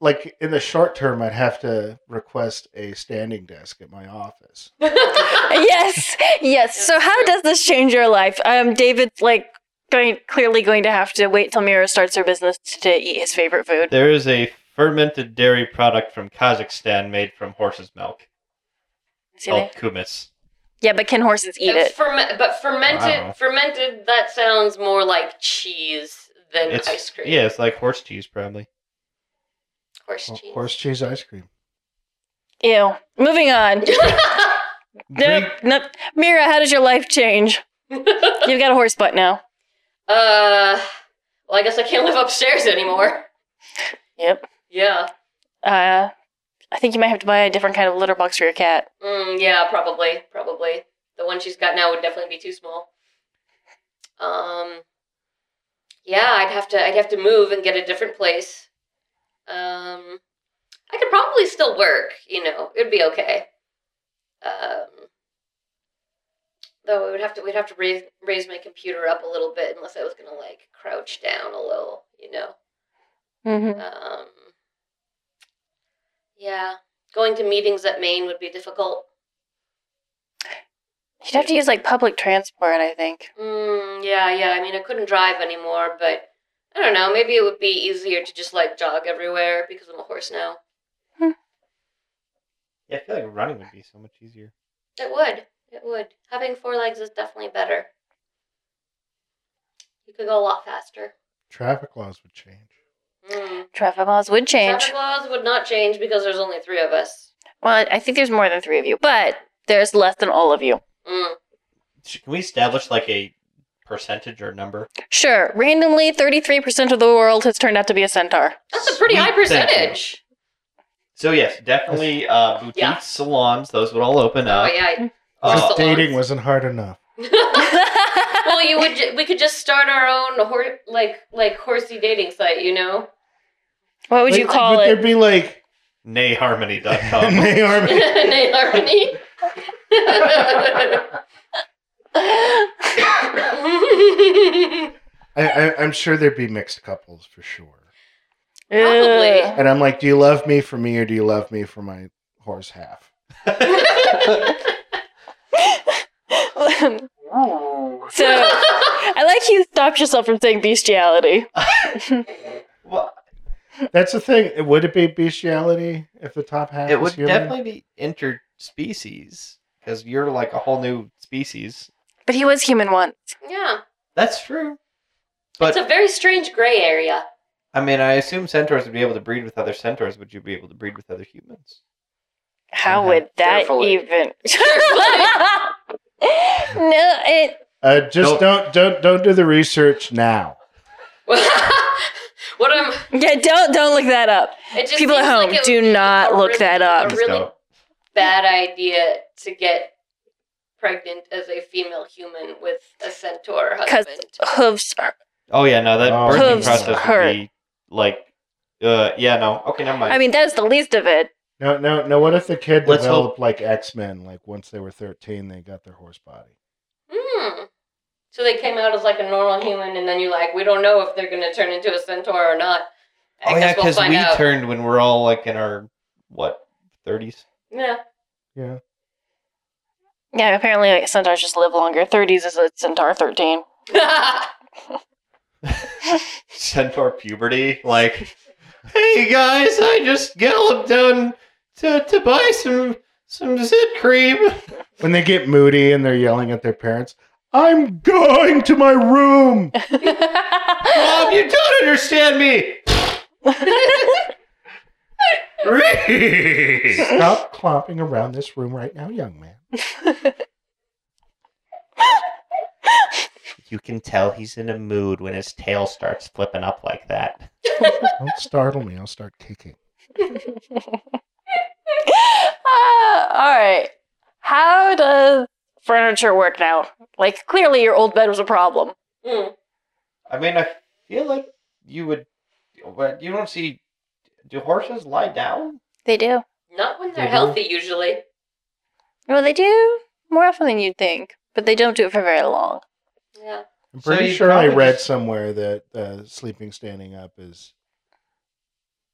Speaker 6: like in the short term, I'd have to request a standing desk at my office.
Speaker 5: yes, yes. So how does this change your life? Um, David's like going clearly going to have to wait till Mira starts her business to eat his favorite food.
Speaker 7: There is a fermented dairy product from Kazakhstan made from horse's milk
Speaker 5: See there?
Speaker 7: called kumis.
Speaker 5: Yeah, but can horses eat
Speaker 3: And
Speaker 5: it?
Speaker 3: ferme- but fermented,
Speaker 7: Wow.
Speaker 3: fermented. That sounds more like cheese than
Speaker 7: It's
Speaker 3: ice cream.
Speaker 7: Yeah, it's like horse cheese probably.
Speaker 3: horse
Speaker 6: Ho-
Speaker 3: cheese.
Speaker 6: Horse cheese ice cream.
Speaker 5: Ew. Moving on. Nope,
Speaker 7: Drink-
Speaker 5: nope. Mira, how does your life change? You've got a horse butt now.
Speaker 3: uh, well, I guess I can't live upstairs anymore.
Speaker 5: Yep.
Speaker 3: Yeah.
Speaker 5: Uh, I think you might have to buy a different kind of litter box for your cat.
Speaker 3: Mm, yeah, probably, probably. The one she's got now would definitely be too small. Um, yeah, I'd have to, I'd have to move and get a different place. Um, I could probably still work. You know, it'd be okay. Um, though we would have to, we'd have to raise raise my computer up a little bit unless I was gonna like crouch down a little. You know.
Speaker 5: Mm-hmm.
Speaker 3: Um, yeah, going to meetings at Maine would be difficult.
Speaker 5: You'd have to use like public transport, I think.
Speaker 3: Mm, yeah, yeah. I mean, I couldn't drive anymore, but I don't know. Maybe it would be easier to just like jog everywhere because I'm a horse now.
Speaker 7: Yeah, I feel like running would be so much easier.
Speaker 3: It would. It would. Having four legs is definitely better. You could go a lot faster.
Speaker 6: Traffic laws would change.
Speaker 3: Mm.
Speaker 5: Traffic laws would change.
Speaker 3: Traffic laws would not change because there's only three of us.
Speaker 5: Well, I think there's more than three of you, but there's less than all of you.
Speaker 3: Mm.
Speaker 7: Sh- Can we establish like a percentage or number?
Speaker 5: Sure, randomly, 33% of the world has turned out to be a centaur.
Speaker 3: That's a pretty high
Speaker 7: Sweet, thank you.
Speaker 3: percentage.
Speaker 7: So yes, definitely uh, boutiques,
Speaker 3: Yeah.
Speaker 7: salons, those would all open
Speaker 3: Oh
Speaker 7: up.
Speaker 3: yeah.
Speaker 7: Uh,
Speaker 6: Just
Speaker 3: Just the
Speaker 6: dating
Speaker 3: lawns.
Speaker 6: wasn't hard enough.
Speaker 3: well, you would. Ju- we could just start our own hor- like like horsey dating site. You know.
Speaker 5: What would you
Speaker 6: Like,
Speaker 5: call
Speaker 6: would
Speaker 5: it?
Speaker 6: there be like
Speaker 7: NayHarmony.com.
Speaker 6: Nay Army?
Speaker 3: Nail harmony.
Speaker 6: I, I, I'm sure there'd be mixed couples for sure.
Speaker 3: Probably.
Speaker 6: And I'm like, do you love me for me or do you love me for my horse half?
Speaker 5: Ugh.
Speaker 9: Ooh.
Speaker 5: so, I like you stopped yourself from saying bestiality.
Speaker 7: well,
Speaker 6: That's the thing. Would it be bestiality if the top half
Speaker 7: it
Speaker 6: was
Speaker 7: would
Speaker 6: human?
Speaker 7: definitely be interspecies because you're like a whole new species.
Speaker 5: But he was human once.
Speaker 3: yeah,
Speaker 7: That's true.
Speaker 3: it's
Speaker 7: But
Speaker 3: a very strange gray area.
Speaker 7: I mean, I assume centaurs would be able to breed with other centaurs. Would you be able to breed with other humans?
Speaker 5: How
Speaker 6: Uh-huh.
Speaker 7: Mhm.
Speaker 5: would that
Speaker 9: Carefully.
Speaker 5: even? no, it.
Speaker 6: Uh, just don't. don't don't do the research now.
Speaker 3: what I'm.
Speaker 5: Yeah, don't don't look that up.
Speaker 3: It just
Speaker 5: People at
Speaker 3: seems
Speaker 5: home,
Speaker 3: like it
Speaker 5: do
Speaker 3: would be
Speaker 5: not
Speaker 3: a
Speaker 5: look
Speaker 3: really-
Speaker 5: that up.
Speaker 3: A
Speaker 7: Just
Speaker 3: really
Speaker 7: don't.
Speaker 3: bad idea to get pregnant as a female human with a centaur
Speaker 5: 'Cause-
Speaker 3: husband.
Speaker 5: Hooves are.
Speaker 7: Oh yeah, no, that
Speaker 6: Oh.
Speaker 7: birthing
Speaker 5: Hooves
Speaker 7: process
Speaker 5: hurt.
Speaker 7: would be like, uh, yeah, no, okay, never mind.
Speaker 5: I mean, that is the least of it.
Speaker 6: No, no, no. What if the kid
Speaker 7: Let's
Speaker 6: developed like X Men? Like once they were thirteen, they got their horse body.
Speaker 3: Hmm. So they came out as like a normal human, and then you're like, we don't know if they're gonna turn into a centaur or not. I
Speaker 7: oh yeah,
Speaker 3: guess we'll
Speaker 7: because
Speaker 3: find
Speaker 7: we
Speaker 3: out.
Speaker 7: turned when we're all like in our what thirties.
Speaker 3: yeah.
Speaker 6: Yeah.
Speaker 5: Yeah, apparently like, centaurs just live longer. 30s is a centaur 13.
Speaker 7: centaur puberty. Like, hey guys, I just galloped down to, to buy some Some zit cream.
Speaker 6: When they get moody and they're yelling at their parents, I'm going to my room.
Speaker 7: Mom, you don't understand me. Reese.
Speaker 6: Stop clomping around this room right now, young man.
Speaker 7: You can tell he's in a mood when his tail starts flipping up like that.
Speaker 6: Don't startle me. I'll start kicking.
Speaker 5: Ah, all right. How does furniture work now? Like, clearly your old bed was a problem.
Speaker 3: Mm.
Speaker 7: I mean, I feel like you would, but you don't see. Do horses lie down?
Speaker 5: They do.
Speaker 3: Not when
Speaker 7: Mm-hmm.
Speaker 3: they're
Speaker 6: Mhm.
Speaker 3: healthy, usually.
Speaker 5: Well, they do more often than you'd think, but they don't do it for very long.
Speaker 3: Yeah.
Speaker 6: I'm
Speaker 7: So
Speaker 6: pretty
Speaker 7: you
Speaker 6: sure I
Speaker 7: probably
Speaker 6: read
Speaker 7: just-
Speaker 6: somewhere that uh, sleeping standing up is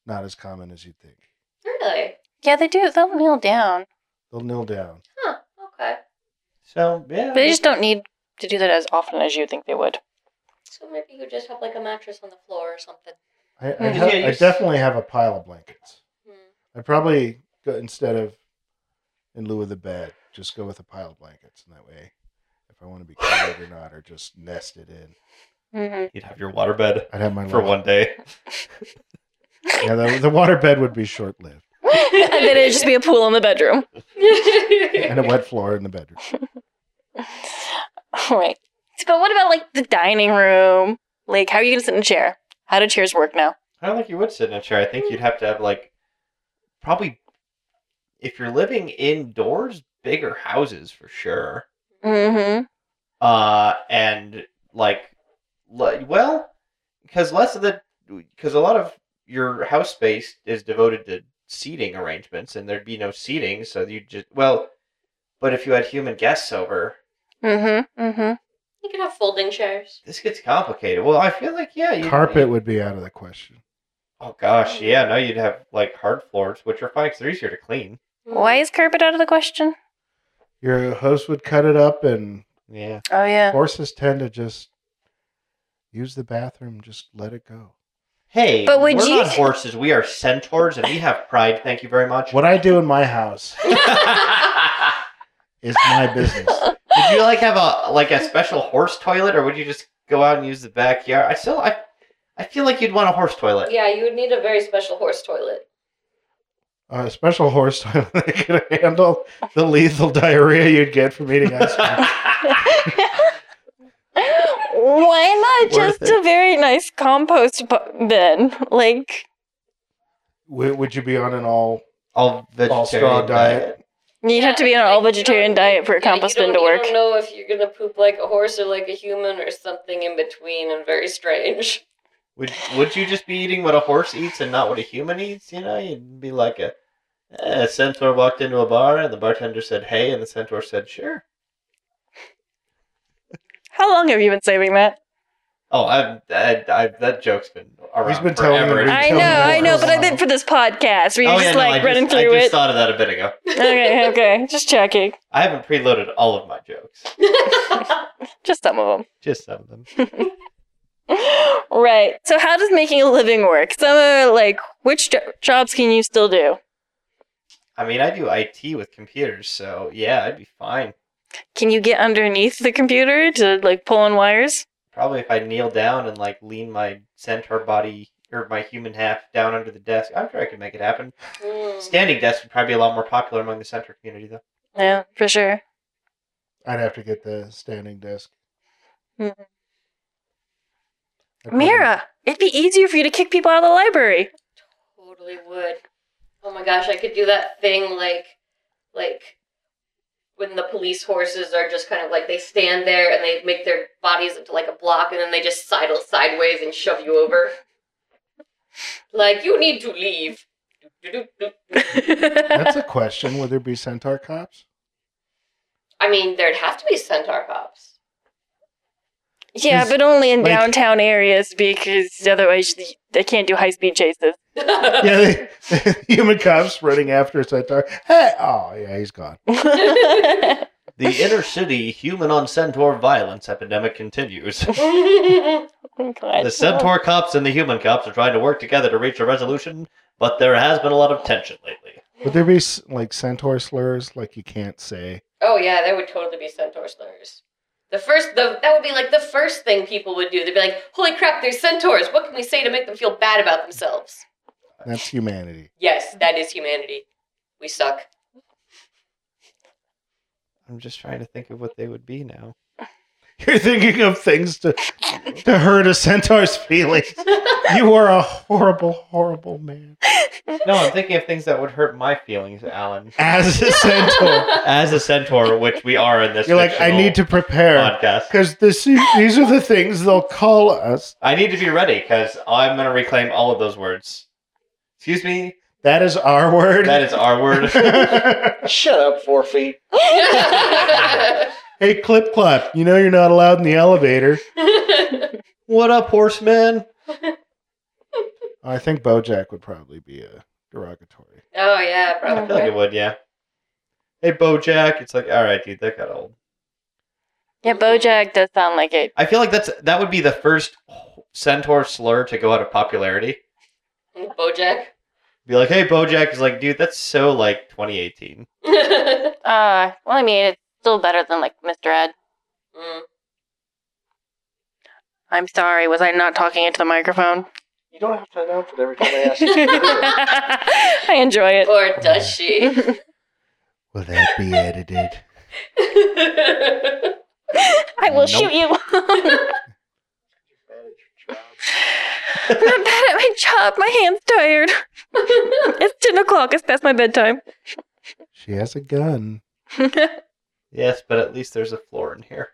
Speaker 6: not as common as you'd think.
Speaker 3: Really?
Speaker 5: Yeah, they do. They'll kneel down,
Speaker 6: They'll kneel down.
Speaker 3: Huh. Okay.
Speaker 7: So yeah.
Speaker 5: but they just don't need to do that as often as you think they would.
Speaker 3: So maybe you just have like a mattress on the floor or something.
Speaker 6: I, I,
Speaker 5: Mhm.
Speaker 6: have-
Speaker 7: Yeah, you
Speaker 6: I
Speaker 7: s-
Speaker 6: definitely have a pile of blankets.
Speaker 3: Hmm.
Speaker 6: I probably go instead of in lieu of the bed, just go with a pile of blankets, and that way, if I want to be covered or not, or just nested in,
Speaker 5: Mm-hmm.
Speaker 7: you'd have your waterbed
Speaker 6: I'd have my
Speaker 7: for
Speaker 6: little-
Speaker 7: one day.
Speaker 6: Yeah, the, the water bed would be short lived,
Speaker 10: and then it'd just be a pool in the bedroom.
Speaker 6: and a wet floor in the bedroom.
Speaker 5: All right. But what about like the dining room? Like, how are you gonna sit in a chair? How do chairs work now?
Speaker 7: I don't think you would sit in a chair. I think you'd have to have like probably if you're living indoors, bigger houses for sure.
Speaker 5: Mm-hmm.
Speaker 7: Uh, and like, le- well, because less of the because a lot of your house space is devoted to seating arrangements, and there'd be no seating, so you just well, but if you had human guests over,
Speaker 5: Mm-hmm. Mm-hmm.
Speaker 3: You could have folding chairs.
Speaker 7: this gets complicated. Well, I feel like yeah, you
Speaker 6: Carpet would be out of the question.
Speaker 7: Oh gosh, yeah, no, you'd have like hard floors, which are fine 'cause they're easier to clean.
Speaker 3: Hmm.
Speaker 5: Why is carpet out of the question?
Speaker 6: Your host would cut it up, and
Speaker 7: Yeah.
Speaker 5: Oh yeah.
Speaker 6: horses tend to just use the bathroom, just let it go.
Speaker 7: Hey,
Speaker 5: But would
Speaker 7: we're
Speaker 5: you-
Speaker 7: not horses. We are centaurs, and we have pride. Thank you very much.
Speaker 6: What I do in my house
Speaker 7: would
Speaker 6: is my business.
Speaker 7: you like have a like a special horse toilet, or would you just go out and use the backyard? I still I, I feel like you'd want a horse toilet.
Speaker 3: Yeah, you would need a very special horse toilet.
Speaker 6: A special horse toilet that could handle the lethal diarrhea you'd get from eating ice cream.
Speaker 5: Why not
Speaker 7: Worth
Speaker 5: just a very nice compost bu- bin? Like,
Speaker 6: Would would you be on an all?
Speaker 7: All vegetarian
Speaker 6: All straw diet.
Speaker 5: you'd have to be on an all vegetarian diet for a
Speaker 3: Yeah, you
Speaker 5: compost
Speaker 3: don't-
Speaker 5: bin to work.
Speaker 3: You don't know if you're gonna poop like a horse or like a human or something in between, and very strange.
Speaker 7: Would Would you just be eating what a horse eats and not what a human eats? You know, you'd be like a. eh, a centaur walked into a bar and the bartender said, "Hey," and the centaur said, "Sure."
Speaker 5: How long have you been saving that?
Speaker 7: Oh, I've, I, I, that joke's been around
Speaker 6: He's been telling
Speaker 7: forever.
Speaker 6: me-
Speaker 5: I know,
Speaker 6: telling me
Speaker 5: I
Speaker 6: for
Speaker 5: know,
Speaker 6: a
Speaker 5: but I
Speaker 6: while.
Speaker 5: think for this podcast, were you
Speaker 7: Oh,
Speaker 5: just
Speaker 7: yeah, no, I
Speaker 5: like running
Speaker 7: just-
Speaker 5: through
Speaker 7: I just
Speaker 5: it?
Speaker 7: thought of that a bit ago.
Speaker 5: okay, okay, just checking,
Speaker 7: I haven't preloaded all of my jokes,
Speaker 5: just some of them.
Speaker 7: just some of them.
Speaker 5: Right. So, how does making a living work? Some are like, which jo- jobs can you still do?
Speaker 7: I mean, I do IT with computers, so yeah, I'd be fine.
Speaker 5: Can you get underneath the computer to like pull on wires?
Speaker 7: Probably if I kneel down and like lean my centaur body or my human half down under the desk, I'm sure I could make it happen.
Speaker 3: Mm.
Speaker 7: Standing desk would probably be a lot more popular among the centaur community, though.
Speaker 5: Yeah, for sure.
Speaker 6: I'd have to get the standing desk.
Speaker 5: Mhm.
Speaker 6: I'd probably-
Speaker 5: Mira, it'd be easier for you to kick people out of the library.
Speaker 3: Totally would. Oh my gosh, I could do that thing like, like when the police horses are just kind of like they stand there and they make their bodies into like a block and then they just sidle sideways and shove you over. Like you need to leave.
Speaker 6: That's a question. Would there be centaur cops?
Speaker 3: I mean, there'd have to be centaur cops.
Speaker 5: Yeah,
Speaker 6: Is-
Speaker 5: but only in
Speaker 6: like-
Speaker 5: downtown areas because otherwise th- they can't do high speed chases.
Speaker 6: Yeah, they, human cops running after a centaur. Hey, oh yeah, he's gone.
Speaker 7: The inner city human on centaur violence epidemic continues. The centaur cops and the human cops are trying to work together to reach a resolution, but there has been a lot of tension lately.
Speaker 6: Would there be s- like centaur slurs like you can't say?
Speaker 3: Oh yeah, there would totally be centaur slurs. The first, the, that would be like the first thing people would do. They'd be like, "Holy crap, there's centaurs! What can we say to make them feel bad about themselves?"
Speaker 6: That's humanity.
Speaker 3: Yes, that is humanity. We suck.
Speaker 7: I'm just trying to think of what they would be now.
Speaker 6: You're thinking of things to to hurt a centaur's feelings. You are a horrible, horrible man.
Speaker 7: No, I'm thinking of things that would hurt my feelings, Alan.
Speaker 6: As a centaur,
Speaker 3: Oh,
Speaker 7: As a centaur, which we are in this.
Speaker 6: you're like, I
Speaker 7: fictional
Speaker 6: need to prepare
Speaker 7: podcast.
Speaker 6: because this these are the things they'll call us.
Speaker 7: I need to be ready because I'm going to reclaim all of those words. Excuse me.
Speaker 6: That is our word.
Speaker 7: That is our word.
Speaker 9: Shut up, four feet.
Speaker 6: hey, clip clop. You know you're not allowed in the elevator.
Speaker 7: what up, horseman?
Speaker 6: I think BoJack would probably be a derogatory.
Speaker 3: oh yeah,
Speaker 7: I feel like it would, yeah. Hey, BoJack. It's like, all right, dude, that got old.
Speaker 4: Yeah, Bojack does sound like it.
Speaker 7: I feel like that's that would be the first centaur slur to go out of popularity.
Speaker 3: probably.
Speaker 7: Be like, hey, BoJack is like, dude, that's so like 2018.
Speaker 3: Bojack.
Speaker 4: Uh, well, I mean, it's still better than like Mr. Ed.
Speaker 3: Mm.
Speaker 4: I'm sorry, was I not talking into the microphone?
Speaker 9: You don't have to announce it every time I ask you.
Speaker 4: I enjoy it.
Speaker 3: Or does she?
Speaker 6: Will that be edited?
Speaker 4: I will
Speaker 7: Nope.
Speaker 4: shoot you. I'm bad at my job.
Speaker 5: My hand's tired. it's 10 o'clock. It's past my bedtime.
Speaker 6: She has a gun.
Speaker 7: Yes, but at least there's a floor in here.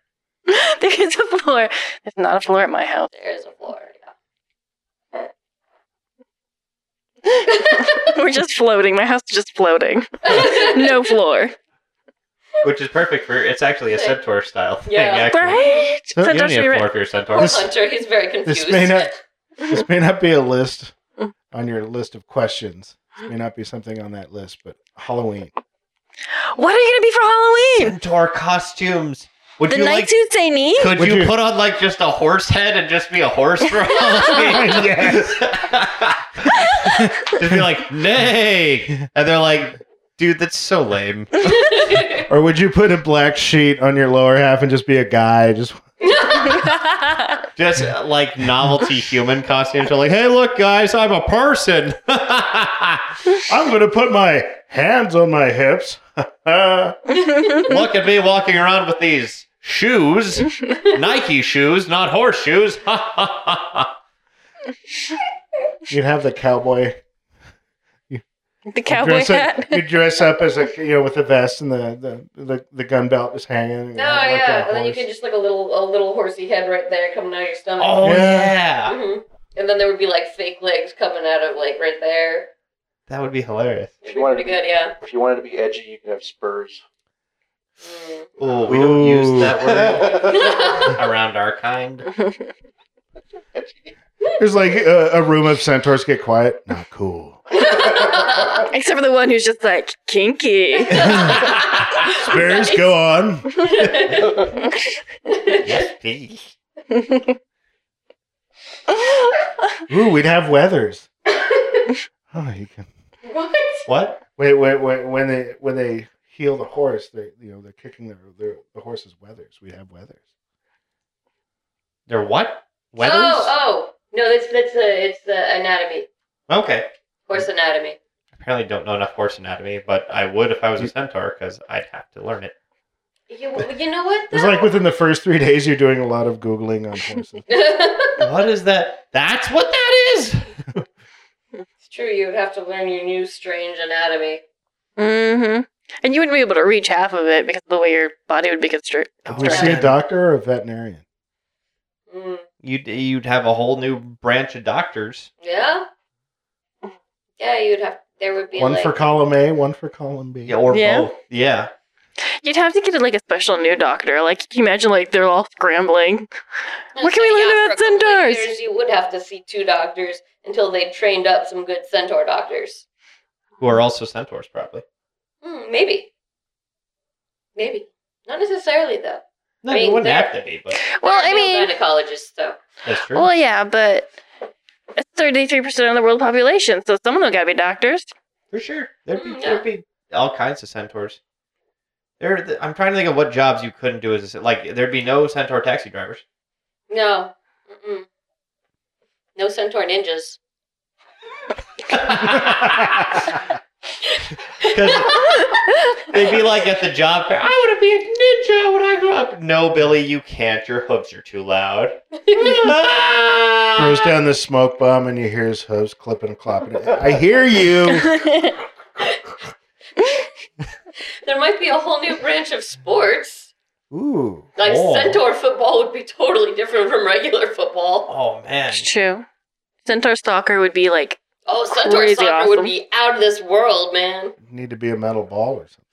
Speaker 4: There is a floor. There's not a floor at my house.
Speaker 3: There's a floor.
Speaker 4: We're just floating. My house is just floating.
Speaker 3: Yeah.
Speaker 4: No floor.
Speaker 7: Which is perfect for it's actually a centaur style thing,
Speaker 3: Yeah.
Speaker 7: actually.
Speaker 4: Right?
Speaker 6: So-
Speaker 7: You don't
Speaker 4: Centaur's
Speaker 7: need a
Speaker 4: favorite-
Speaker 7: floor if you're a centaur.
Speaker 3: Poor Hunter, he's very confused.
Speaker 6: This may not. This may not be a list on your list of questions. This may not be something on that list, but Halloween.
Speaker 4: What are you going to be for Halloween?
Speaker 7: centaur costumes. Would
Speaker 4: The
Speaker 7: you
Speaker 4: Knights
Speaker 7: like?
Speaker 4: Who Say Knee?
Speaker 7: Could
Speaker 6: Would
Speaker 7: you,
Speaker 6: you-
Speaker 7: put on like just a horse head and just be a horse for Halloween? just be like, nay, and they're like, dude, that's so lame.
Speaker 6: Or would you put a black sheet on your lower half and just be a guy? Just
Speaker 7: Just uh, like novelty human costumes are like, hey, look, guys, I'm a person. look
Speaker 6: I'm gonna put my hands on my hips. That's
Speaker 7: at me walking around with these shoes, Nike shoes, Oh, not horseshoes.
Speaker 6: You'd have the cowboy
Speaker 5: The cowboy
Speaker 6: dress
Speaker 5: hat.
Speaker 6: Up, you dress up as a you know with the vest and the the, the, the gun belt is hanging.
Speaker 3: No, yeah, and then you can just like a little, a little horsey head right there coming out of your stomach.
Speaker 7: oh
Speaker 6: Yeah.
Speaker 7: yeah,
Speaker 3: hmm And then there would be like fake legs coming out of like right there.
Speaker 7: that would be hilarious.
Speaker 3: It'd
Speaker 9: If
Speaker 3: be
Speaker 9: you wanted
Speaker 3: pretty
Speaker 9: to
Speaker 3: good,
Speaker 9: be,
Speaker 3: yeah.
Speaker 9: if you wanted to be edgy, you could have spurs.
Speaker 3: Mm.
Speaker 7: Oh, we don't use
Speaker 6: Ooh.
Speaker 7: that word around our kind.
Speaker 6: There's like uh, a, a room of centaurs. Get quiet. Not cool.
Speaker 4: Except for the one who's just like, kinky.
Speaker 6: Bears, go on.
Speaker 7: yes, please.
Speaker 6: Ooh, we'd have weathers. Oh, you can.
Speaker 3: what?
Speaker 7: What?
Speaker 6: Wait, wait, wait. When they when they heal the horse, they you know they're kicking their, their the horse's weathers. We'd have weathers.
Speaker 7: They're what? Weathers?
Speaker 3: Oh, oh. No, that's that's the it's the anatomy.
Speaker 7: Okay.
Speaker 3: Horse anatomy.
Speaker 7: Apparently, don't know enough horse anatomy, but I would if I was a centaur because I'd have to learn it.
Speaker 3: You, you know what?
Speaker 6: It's like within the first three days, you're doing a lot of googling on horses.
Speaker 3: it's
Speaker 7: What is that? That's what that is.
Speaker 3: true. You would have to learn your new strange anatomy.
Speaker 4: hmm And you wouldn't be able to reach half of it because of the way your body would be constricted.
Speaker 6: Would you Oh, see a doctor or a veterinarian?
Speaker 3: Mm.
Speaker 7: You'd you'd have a whole new branch of doctors.
Speaker 3: Yeah. Yeah, you'd have. There would be
Speaker 6: One
Speaker 3: like,
Speaker 6: for column A, one for column B.
Speaker 7: Yeah, or
Speaker 4: Yeah.
Speaker 7: both. Yeah.
Speaker 4: You'd have to get like a special new doctor. Like, can you imagine like they're all scrambling? Where can we
Speaker 3: Yeah,
Speaker 4: learn
Speaker 3: for
Speaker 4: about
Speaker 3: a couple of
Speaker 4: centaurs?
Speaker 3: years, You would have to see two doctors until they trained up some good centaur doctors.
Speaker 7: Who are also centaurs, probably.
Speaker 3: Hmm, maybe. Maybe. Not necessarily, though.
Speaker 7: No,
Speaker 3: I mean,
Speaker 7: you wouldn't
Speaker 3: they're-
Speaker 7: have to be, but
Speaker 4: Well,
Speaker 3: There
Speaker 4: I
Speaker 3: are
Speaker 4: mean,
Speaker 3: no gynecologists, though.
Speaker 7: that's true.
Speaker 4: well, yeah, but it's thirty-three percent of the world population, so someone will gotta be doctors.
Speaker 7: For sure. There'd be,
Speaker 8: Mm,
Speaker 7: there'd be all kinds of centaurs. There, th- I'm trying to think of what jobs you couldn't do as a, cent- like. There'd be no centaur taxi drivers.
Speaker 3: No. Mm-mm. No centaur ninjas.
Speaker 7: Because they'd be like at the job fair, I want to be a ninja when I grow up. No, Billy, you can't. Your hooves are too loud. Ah!
Speaker 6: Throws down the smoke bomb and you hear his hooves clipping and clopping. I hear you.
Speaker 3: There might be a whole new branch of sports.
Speaker 7: Ooh.
Speaker 3: Like
Speaker 7: oh.
Speaker 3: centaur football would be totally different from regular football.
Speaker 7: Oh, man.
Speaker 5: It's true. Centaur Stalker would be like,
Speaker 3: Oh, centaur
Speaker 5: Crazy
Speaker 3: soccer
Speaker 5: awesome.
Speaker 3: would be out of this world, man.
Speaker 6: Need to be a metal ball or something.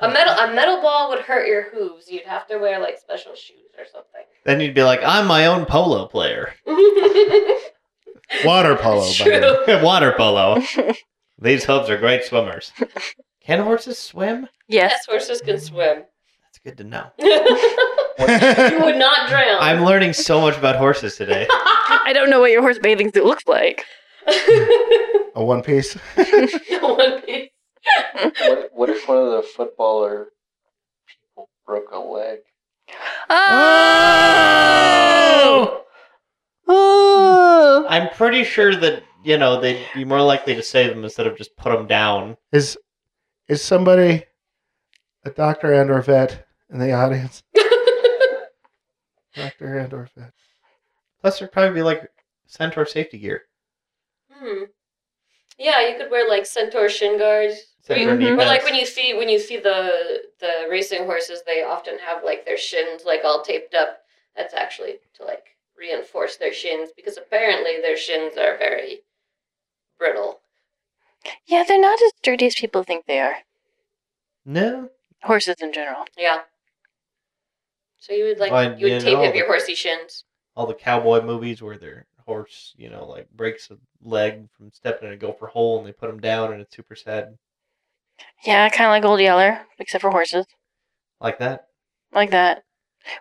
Speaker 3: a metal a metal ball would hurt your hooves. You'd have to wear like special shoes or something.
Speaker 7: Then you'd be like, I'm my own polo player.
Speaker 6: Water polo.
Speaker 3: It's
Speaker 6: by the way.
Speaker 3: true.
Speaker 7: Water polo. These hooves are great swimmers. Can horses swim?
Speaker 5: yes.
Speaker 3: Yes, horses can swim.
Speaker 7: That's good to know.
Speaker 3: you would not drown.
Speaker 7: I'm learning so much about horses today.
Speaker 5: I don't know what your horse bathing suit looks like.
Speaker 6: A one piece.
Speaker 3: One piece.
Speaker 9: What, what if one of the footballer people broke a leg?
Speaker 4: Uh,
Speaker 5: Oh! Oh!
Speaker 7: I'm pretty sure that you know they'd be more likely to save them instead of just put them down.
Speaker 6: Is is somebody a doctor and or vet in the audience? doctor and or vet.
Speaker 7: Plus, there'd probably be like centaur safety gear,
Speaker 3: Hmm. Yeah, you could wear like centaur shin guards.
Speaker 7: centaur
Speaker 5: Mhm.
Speaker 7: knee
Speaker 4: Mm-hmm.
Speaker 3: Or
Speaker 7: pads.
Speaker 3: like when you see when you see the the racing horses, they often have like their shins like all taped up. That's actually to like reinforce their shins because apparently their shins are very brittle.
Speaker 4: Yeah, they're not as dirty as people think they are.
Speaker 7: no,
Speaker 4: Horses in general.
Speaker 3: Yeah. So you would like
Speaker 7: Well,
Speaker 3: you
Speaker 7: you
Speaker 3: would tape
Speaker 7: know
Speaker 3: up your
Speaker 7: that-
Speaker 3: horsey shins.
Speaker 7: all the cowboy movies where their horse, you know, like breaks a leg from stepping in a gopher hole and they put him down and it's super sad,
Speaker 4: Yeah, kind of like Old Yeller, except for horses.
Speaker 7: like that.
Speaker 4: Like that.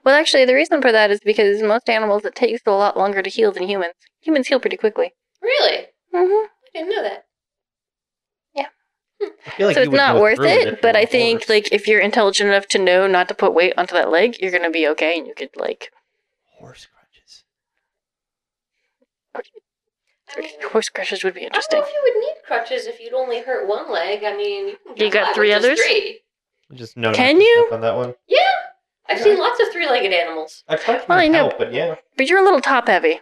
Speaker 4: Well, actually, the reason for that is because most animals, it takes a lot longer to heal than humans. Humans heal pretty quickly.
Speaker 3: Really?
Speaker 4: hmm
Speaker 3: I didn't know that.
Speaker 7: I feel like
Speaker 4: so
Speaker 7: you
Speaker 4: it's
Speaker 7: would
Speaker 4: not
Speaker 7: go
Speaker 4: worth
Speaker 7: through if you
Speaker 4: it, but
Speaker 7: were
Speaker 4: I
Speaker 7: a
Speaker 4: think,
Speaker 7: horse.
Speaker 4: like, if you're intelligent enough to know not to put weight onto that leg, you're going to be okay and you could, like,
Speaker 7: horse crutches.
Speaker 3: I mean, I
Speaker 4: horse crushes would be
Speaker 3: don't
Speaker 4: interesting.
Speaker 3: know if you would need crutches if you'd only hurt one leg. I mean, you, can
Speaker 5: You
Speaker 3: get
Speaker 5: got
Speaker 3: by
Speaker 5: three
Speaker 3: with just
Speaker 5: others?
Speaker 3: Three.
Speaker 7: Just no. not
Speaker 4: Can
Speaker 7: to
Speaker 4: you?
Speaker 7: step on that one?
Speaker 3: Yeah, I've seen lots of three-legged animals.
Speaker 7: I tried to
Speaker 4: Well, I know.
Speaker 7: help, but yeah,
Speaker 4: But you're a little top heavy.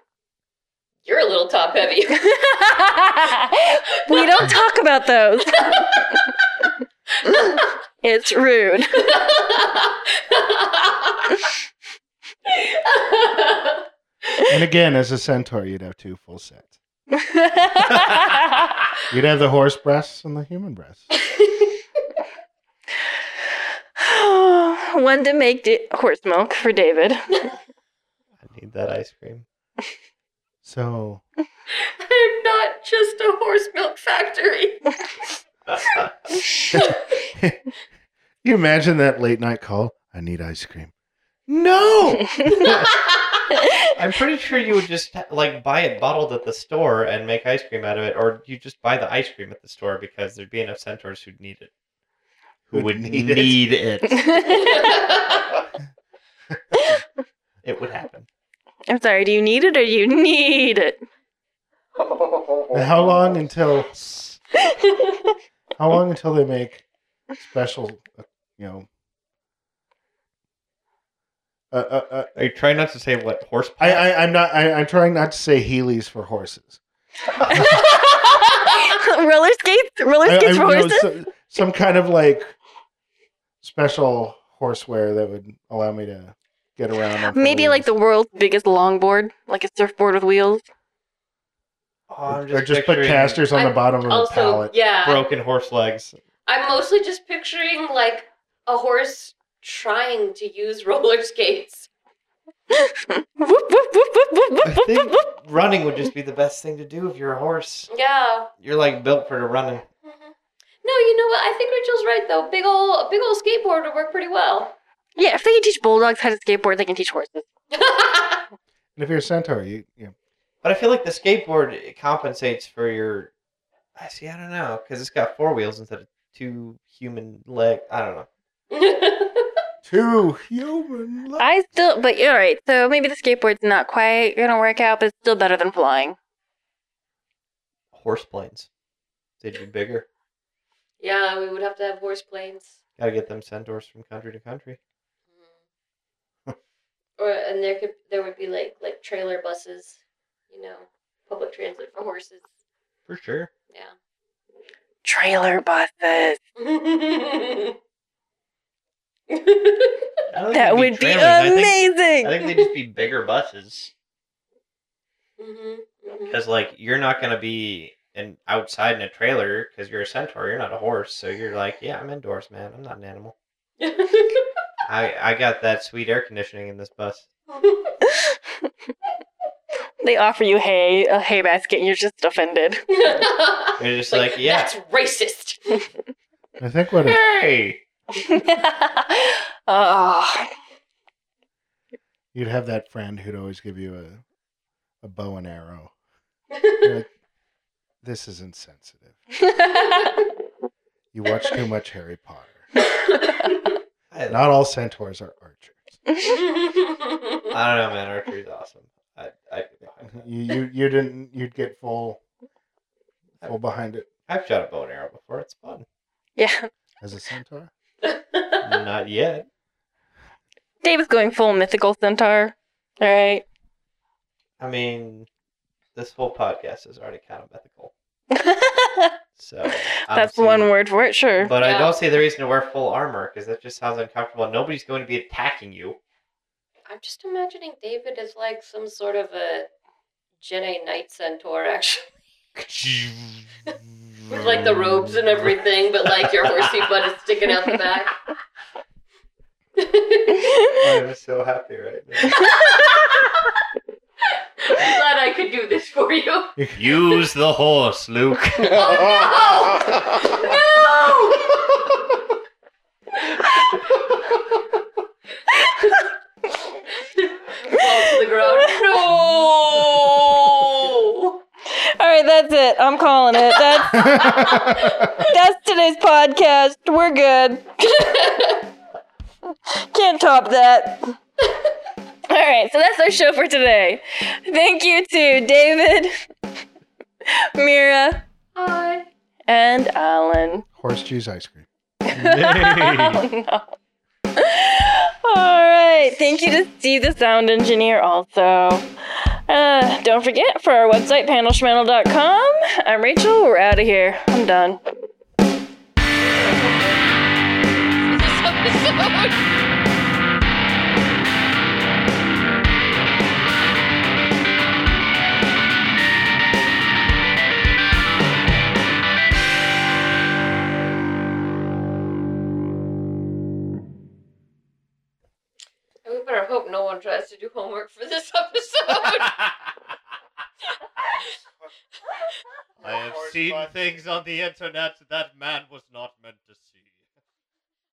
Speaker 3: You're a little top heavy.
Speaker 5: We don't talk about those.
Speaker 4: It's rude.
Speaker 6: And again, as a centaur, you'd have two full sets. You'd have the horse breasts and the human breasts.
Speaker 4: One to make di- horse milk for David.
Speaker 7: I need that ice cream.
Speaker 6: So
Speaker 3: I'm not just a horse milk factory.
Speaker 6: you imagine that late night call. I need ice cream. No.
Speaker 7: I'm pretty sure you would just like buy it bottled at the store and make ice cream out of it, or you just buy the ice cream at the store because there'd be enough centaurs who'd need it. Who
Speaker 6: Who'd
Speaker 7: would
Speaker 6: need
Speaker 7: need,
Speaker 6: it.
Speaker 7: it. it? would happen.
Speaker 4: I'm sorry, do you need it or you need it?
Speaker 6: And how long until? How long until they make special? uh, You know. Uh, uh, uh,
Speaker 7: Are you trying not to say what horse?
Speaker 6: I, I, I'm not. I, I'm trying not to say Heelys for horses.
Speaker 4: roller skates? Roller
Speaker 6: I-
Speaker 4: skates for
Speaker 6: I know
Speaker 4: horses?
Speaker 6: so- some kind of like special horseware that would allow me to get around. on
Speaker 4: Maybe
Speaker 6: four
Speaker 4: like the
Speaker 6: wheels.
Speaker 4: world's biggest longboard, like a surfboard with wheels.
Speaker 7: Oh, I'm
Speaker 6: or just put
Speaker 7: picturing
Speaker 6: casters on the
Speaker 3: I-
Speaker 6: bottom of the
Speaker 3: also,
Speaker 6: pallet.
Speaker 3: yeah,
Speaker 7: broken horse legs.
Speaker 3: I'm mostly just picturing like a horse trying to use roller skates.
Speaker 4: Whoop, whoop, whoop, whoop, whoop, whoop.
Speaker 7: I think running would just be the best thing to do if you're a horse.
Speaker 3: Yeah.
Speaker 7: You're like built for the running.
Speaker 3: Mhm. No, you know what? I think Rachel's right though. Big ol' a big old skateboard would work pretty well.
Speaker 4: Yeah, if they can teach bulldogs how to skateboard, they can teach horses.
Speaker 6: And if you're a centaur, you, you
Speaker 7: But I feel like the skateboard it compensates for your I see. I don't know because it's got four wheels instead of two human leg. I don't know.
Speaker 6: Two human. li-
Speaker 11: I still, but you're right. So maybe the skateboard's not quite gonna work out, but it's still better than flying.
Speaker 7: Horse planes. They'd be bigger.
Speaker 3: yeah, we would have to have horse planes.
Speaker 7: Got to get them centaurs from country to country.
Speaker 3: Or and there could there would be like like trailer buses, you know, public transit for horses.
Speaker 7: For sure.
Speaker 3: Yeah.
Speaker 11: Trailer buses.
Speaker 7: Mm-hmm. I don't think
Speaker 5: That
Speaker 7: they'd
Speaker 5: would be
Speaker 7: trailers. I think-
Speaker 5: amazing.
Speaker 7: I think they'd just be bigger buses
Speaker 3: Mhm, mhm.
Speaker 7: because, like, you're not gonna be an outside in a trailer because you're a centaur. You're not a horse, so you're like, yeah, I'm indoors, man. I'm not an animal. Mm-hmm. I I got that sweet air conditioning in this bus.
Speaker 11: They offer you hay, a hay basket, and you're just offended.
Speaker 7: They're just like, yeah.
Speaker 12: That's racist.
Speaker 6: I think what it,
Speaker 7: Hey.
Speaker 11: oh,
Speaker 6: you'd have that friend who'd always give you a a bow and arrow. You're like, this is insensitive. You watch too much Harry Potter.
Speaker 7: I,
Speaker 6: Not all centaurs are archers.
Speaker 7: I don't know, man. Archery's awesome. I I
Speaker 6: You you, you didn't you'd get full full behind it
Speaker 7: I've shot a bow and arrow before. It's fun.
Speaker 11: yeah.
Speaker 6: as a centaur.
Speaker 7: Not yet.
Speaker 11: David's going full mythical centaur. All right.
Speaker 7: I mean, this whole podcast is already kind of ethical. So
Speaker 11: That's
Speaker 7: honestly-
Speaker 11: one word for it, sure.
Speaker 7: But I
Speaker 12: Yeah.
Speaker 7: don't see the reason to wear full armor because that just sounds uncomfortable. Nobody's going to be attacking you.
Speaker 3: I'm just imagining David as like some sort of a Jedi Knight centaur, actually, with like the robes and everything, but like your horsey butt is sticking out the back.
Speaker 7: I'm so happy right now.
Speaker 3: I'm glad I could do this for you.
Speaker 7: Use the horse, Luke.
Speaker 3: Fall to the ground.
Speaker 5: No. All right, that's it. I'm calling it. That's that's today's podcast. We're good. Can't top that. All right, so that's our show for today. Thank you to David, Mira,
Speaker 3: Hi.
Speaker 5: and Alan.
Speaker 6: Horse cheese ice cream.
Speaker 5: All right. Thank you to Steve, the sound engineer, also. Uh, don't forget for our website, panelschmannel.com. I'm Rachel. We're out of here. I'm done.
Speaker 3: We better hope no one tries to do homework for this episode.
Speaker 7: I have seen things on the internet that man was not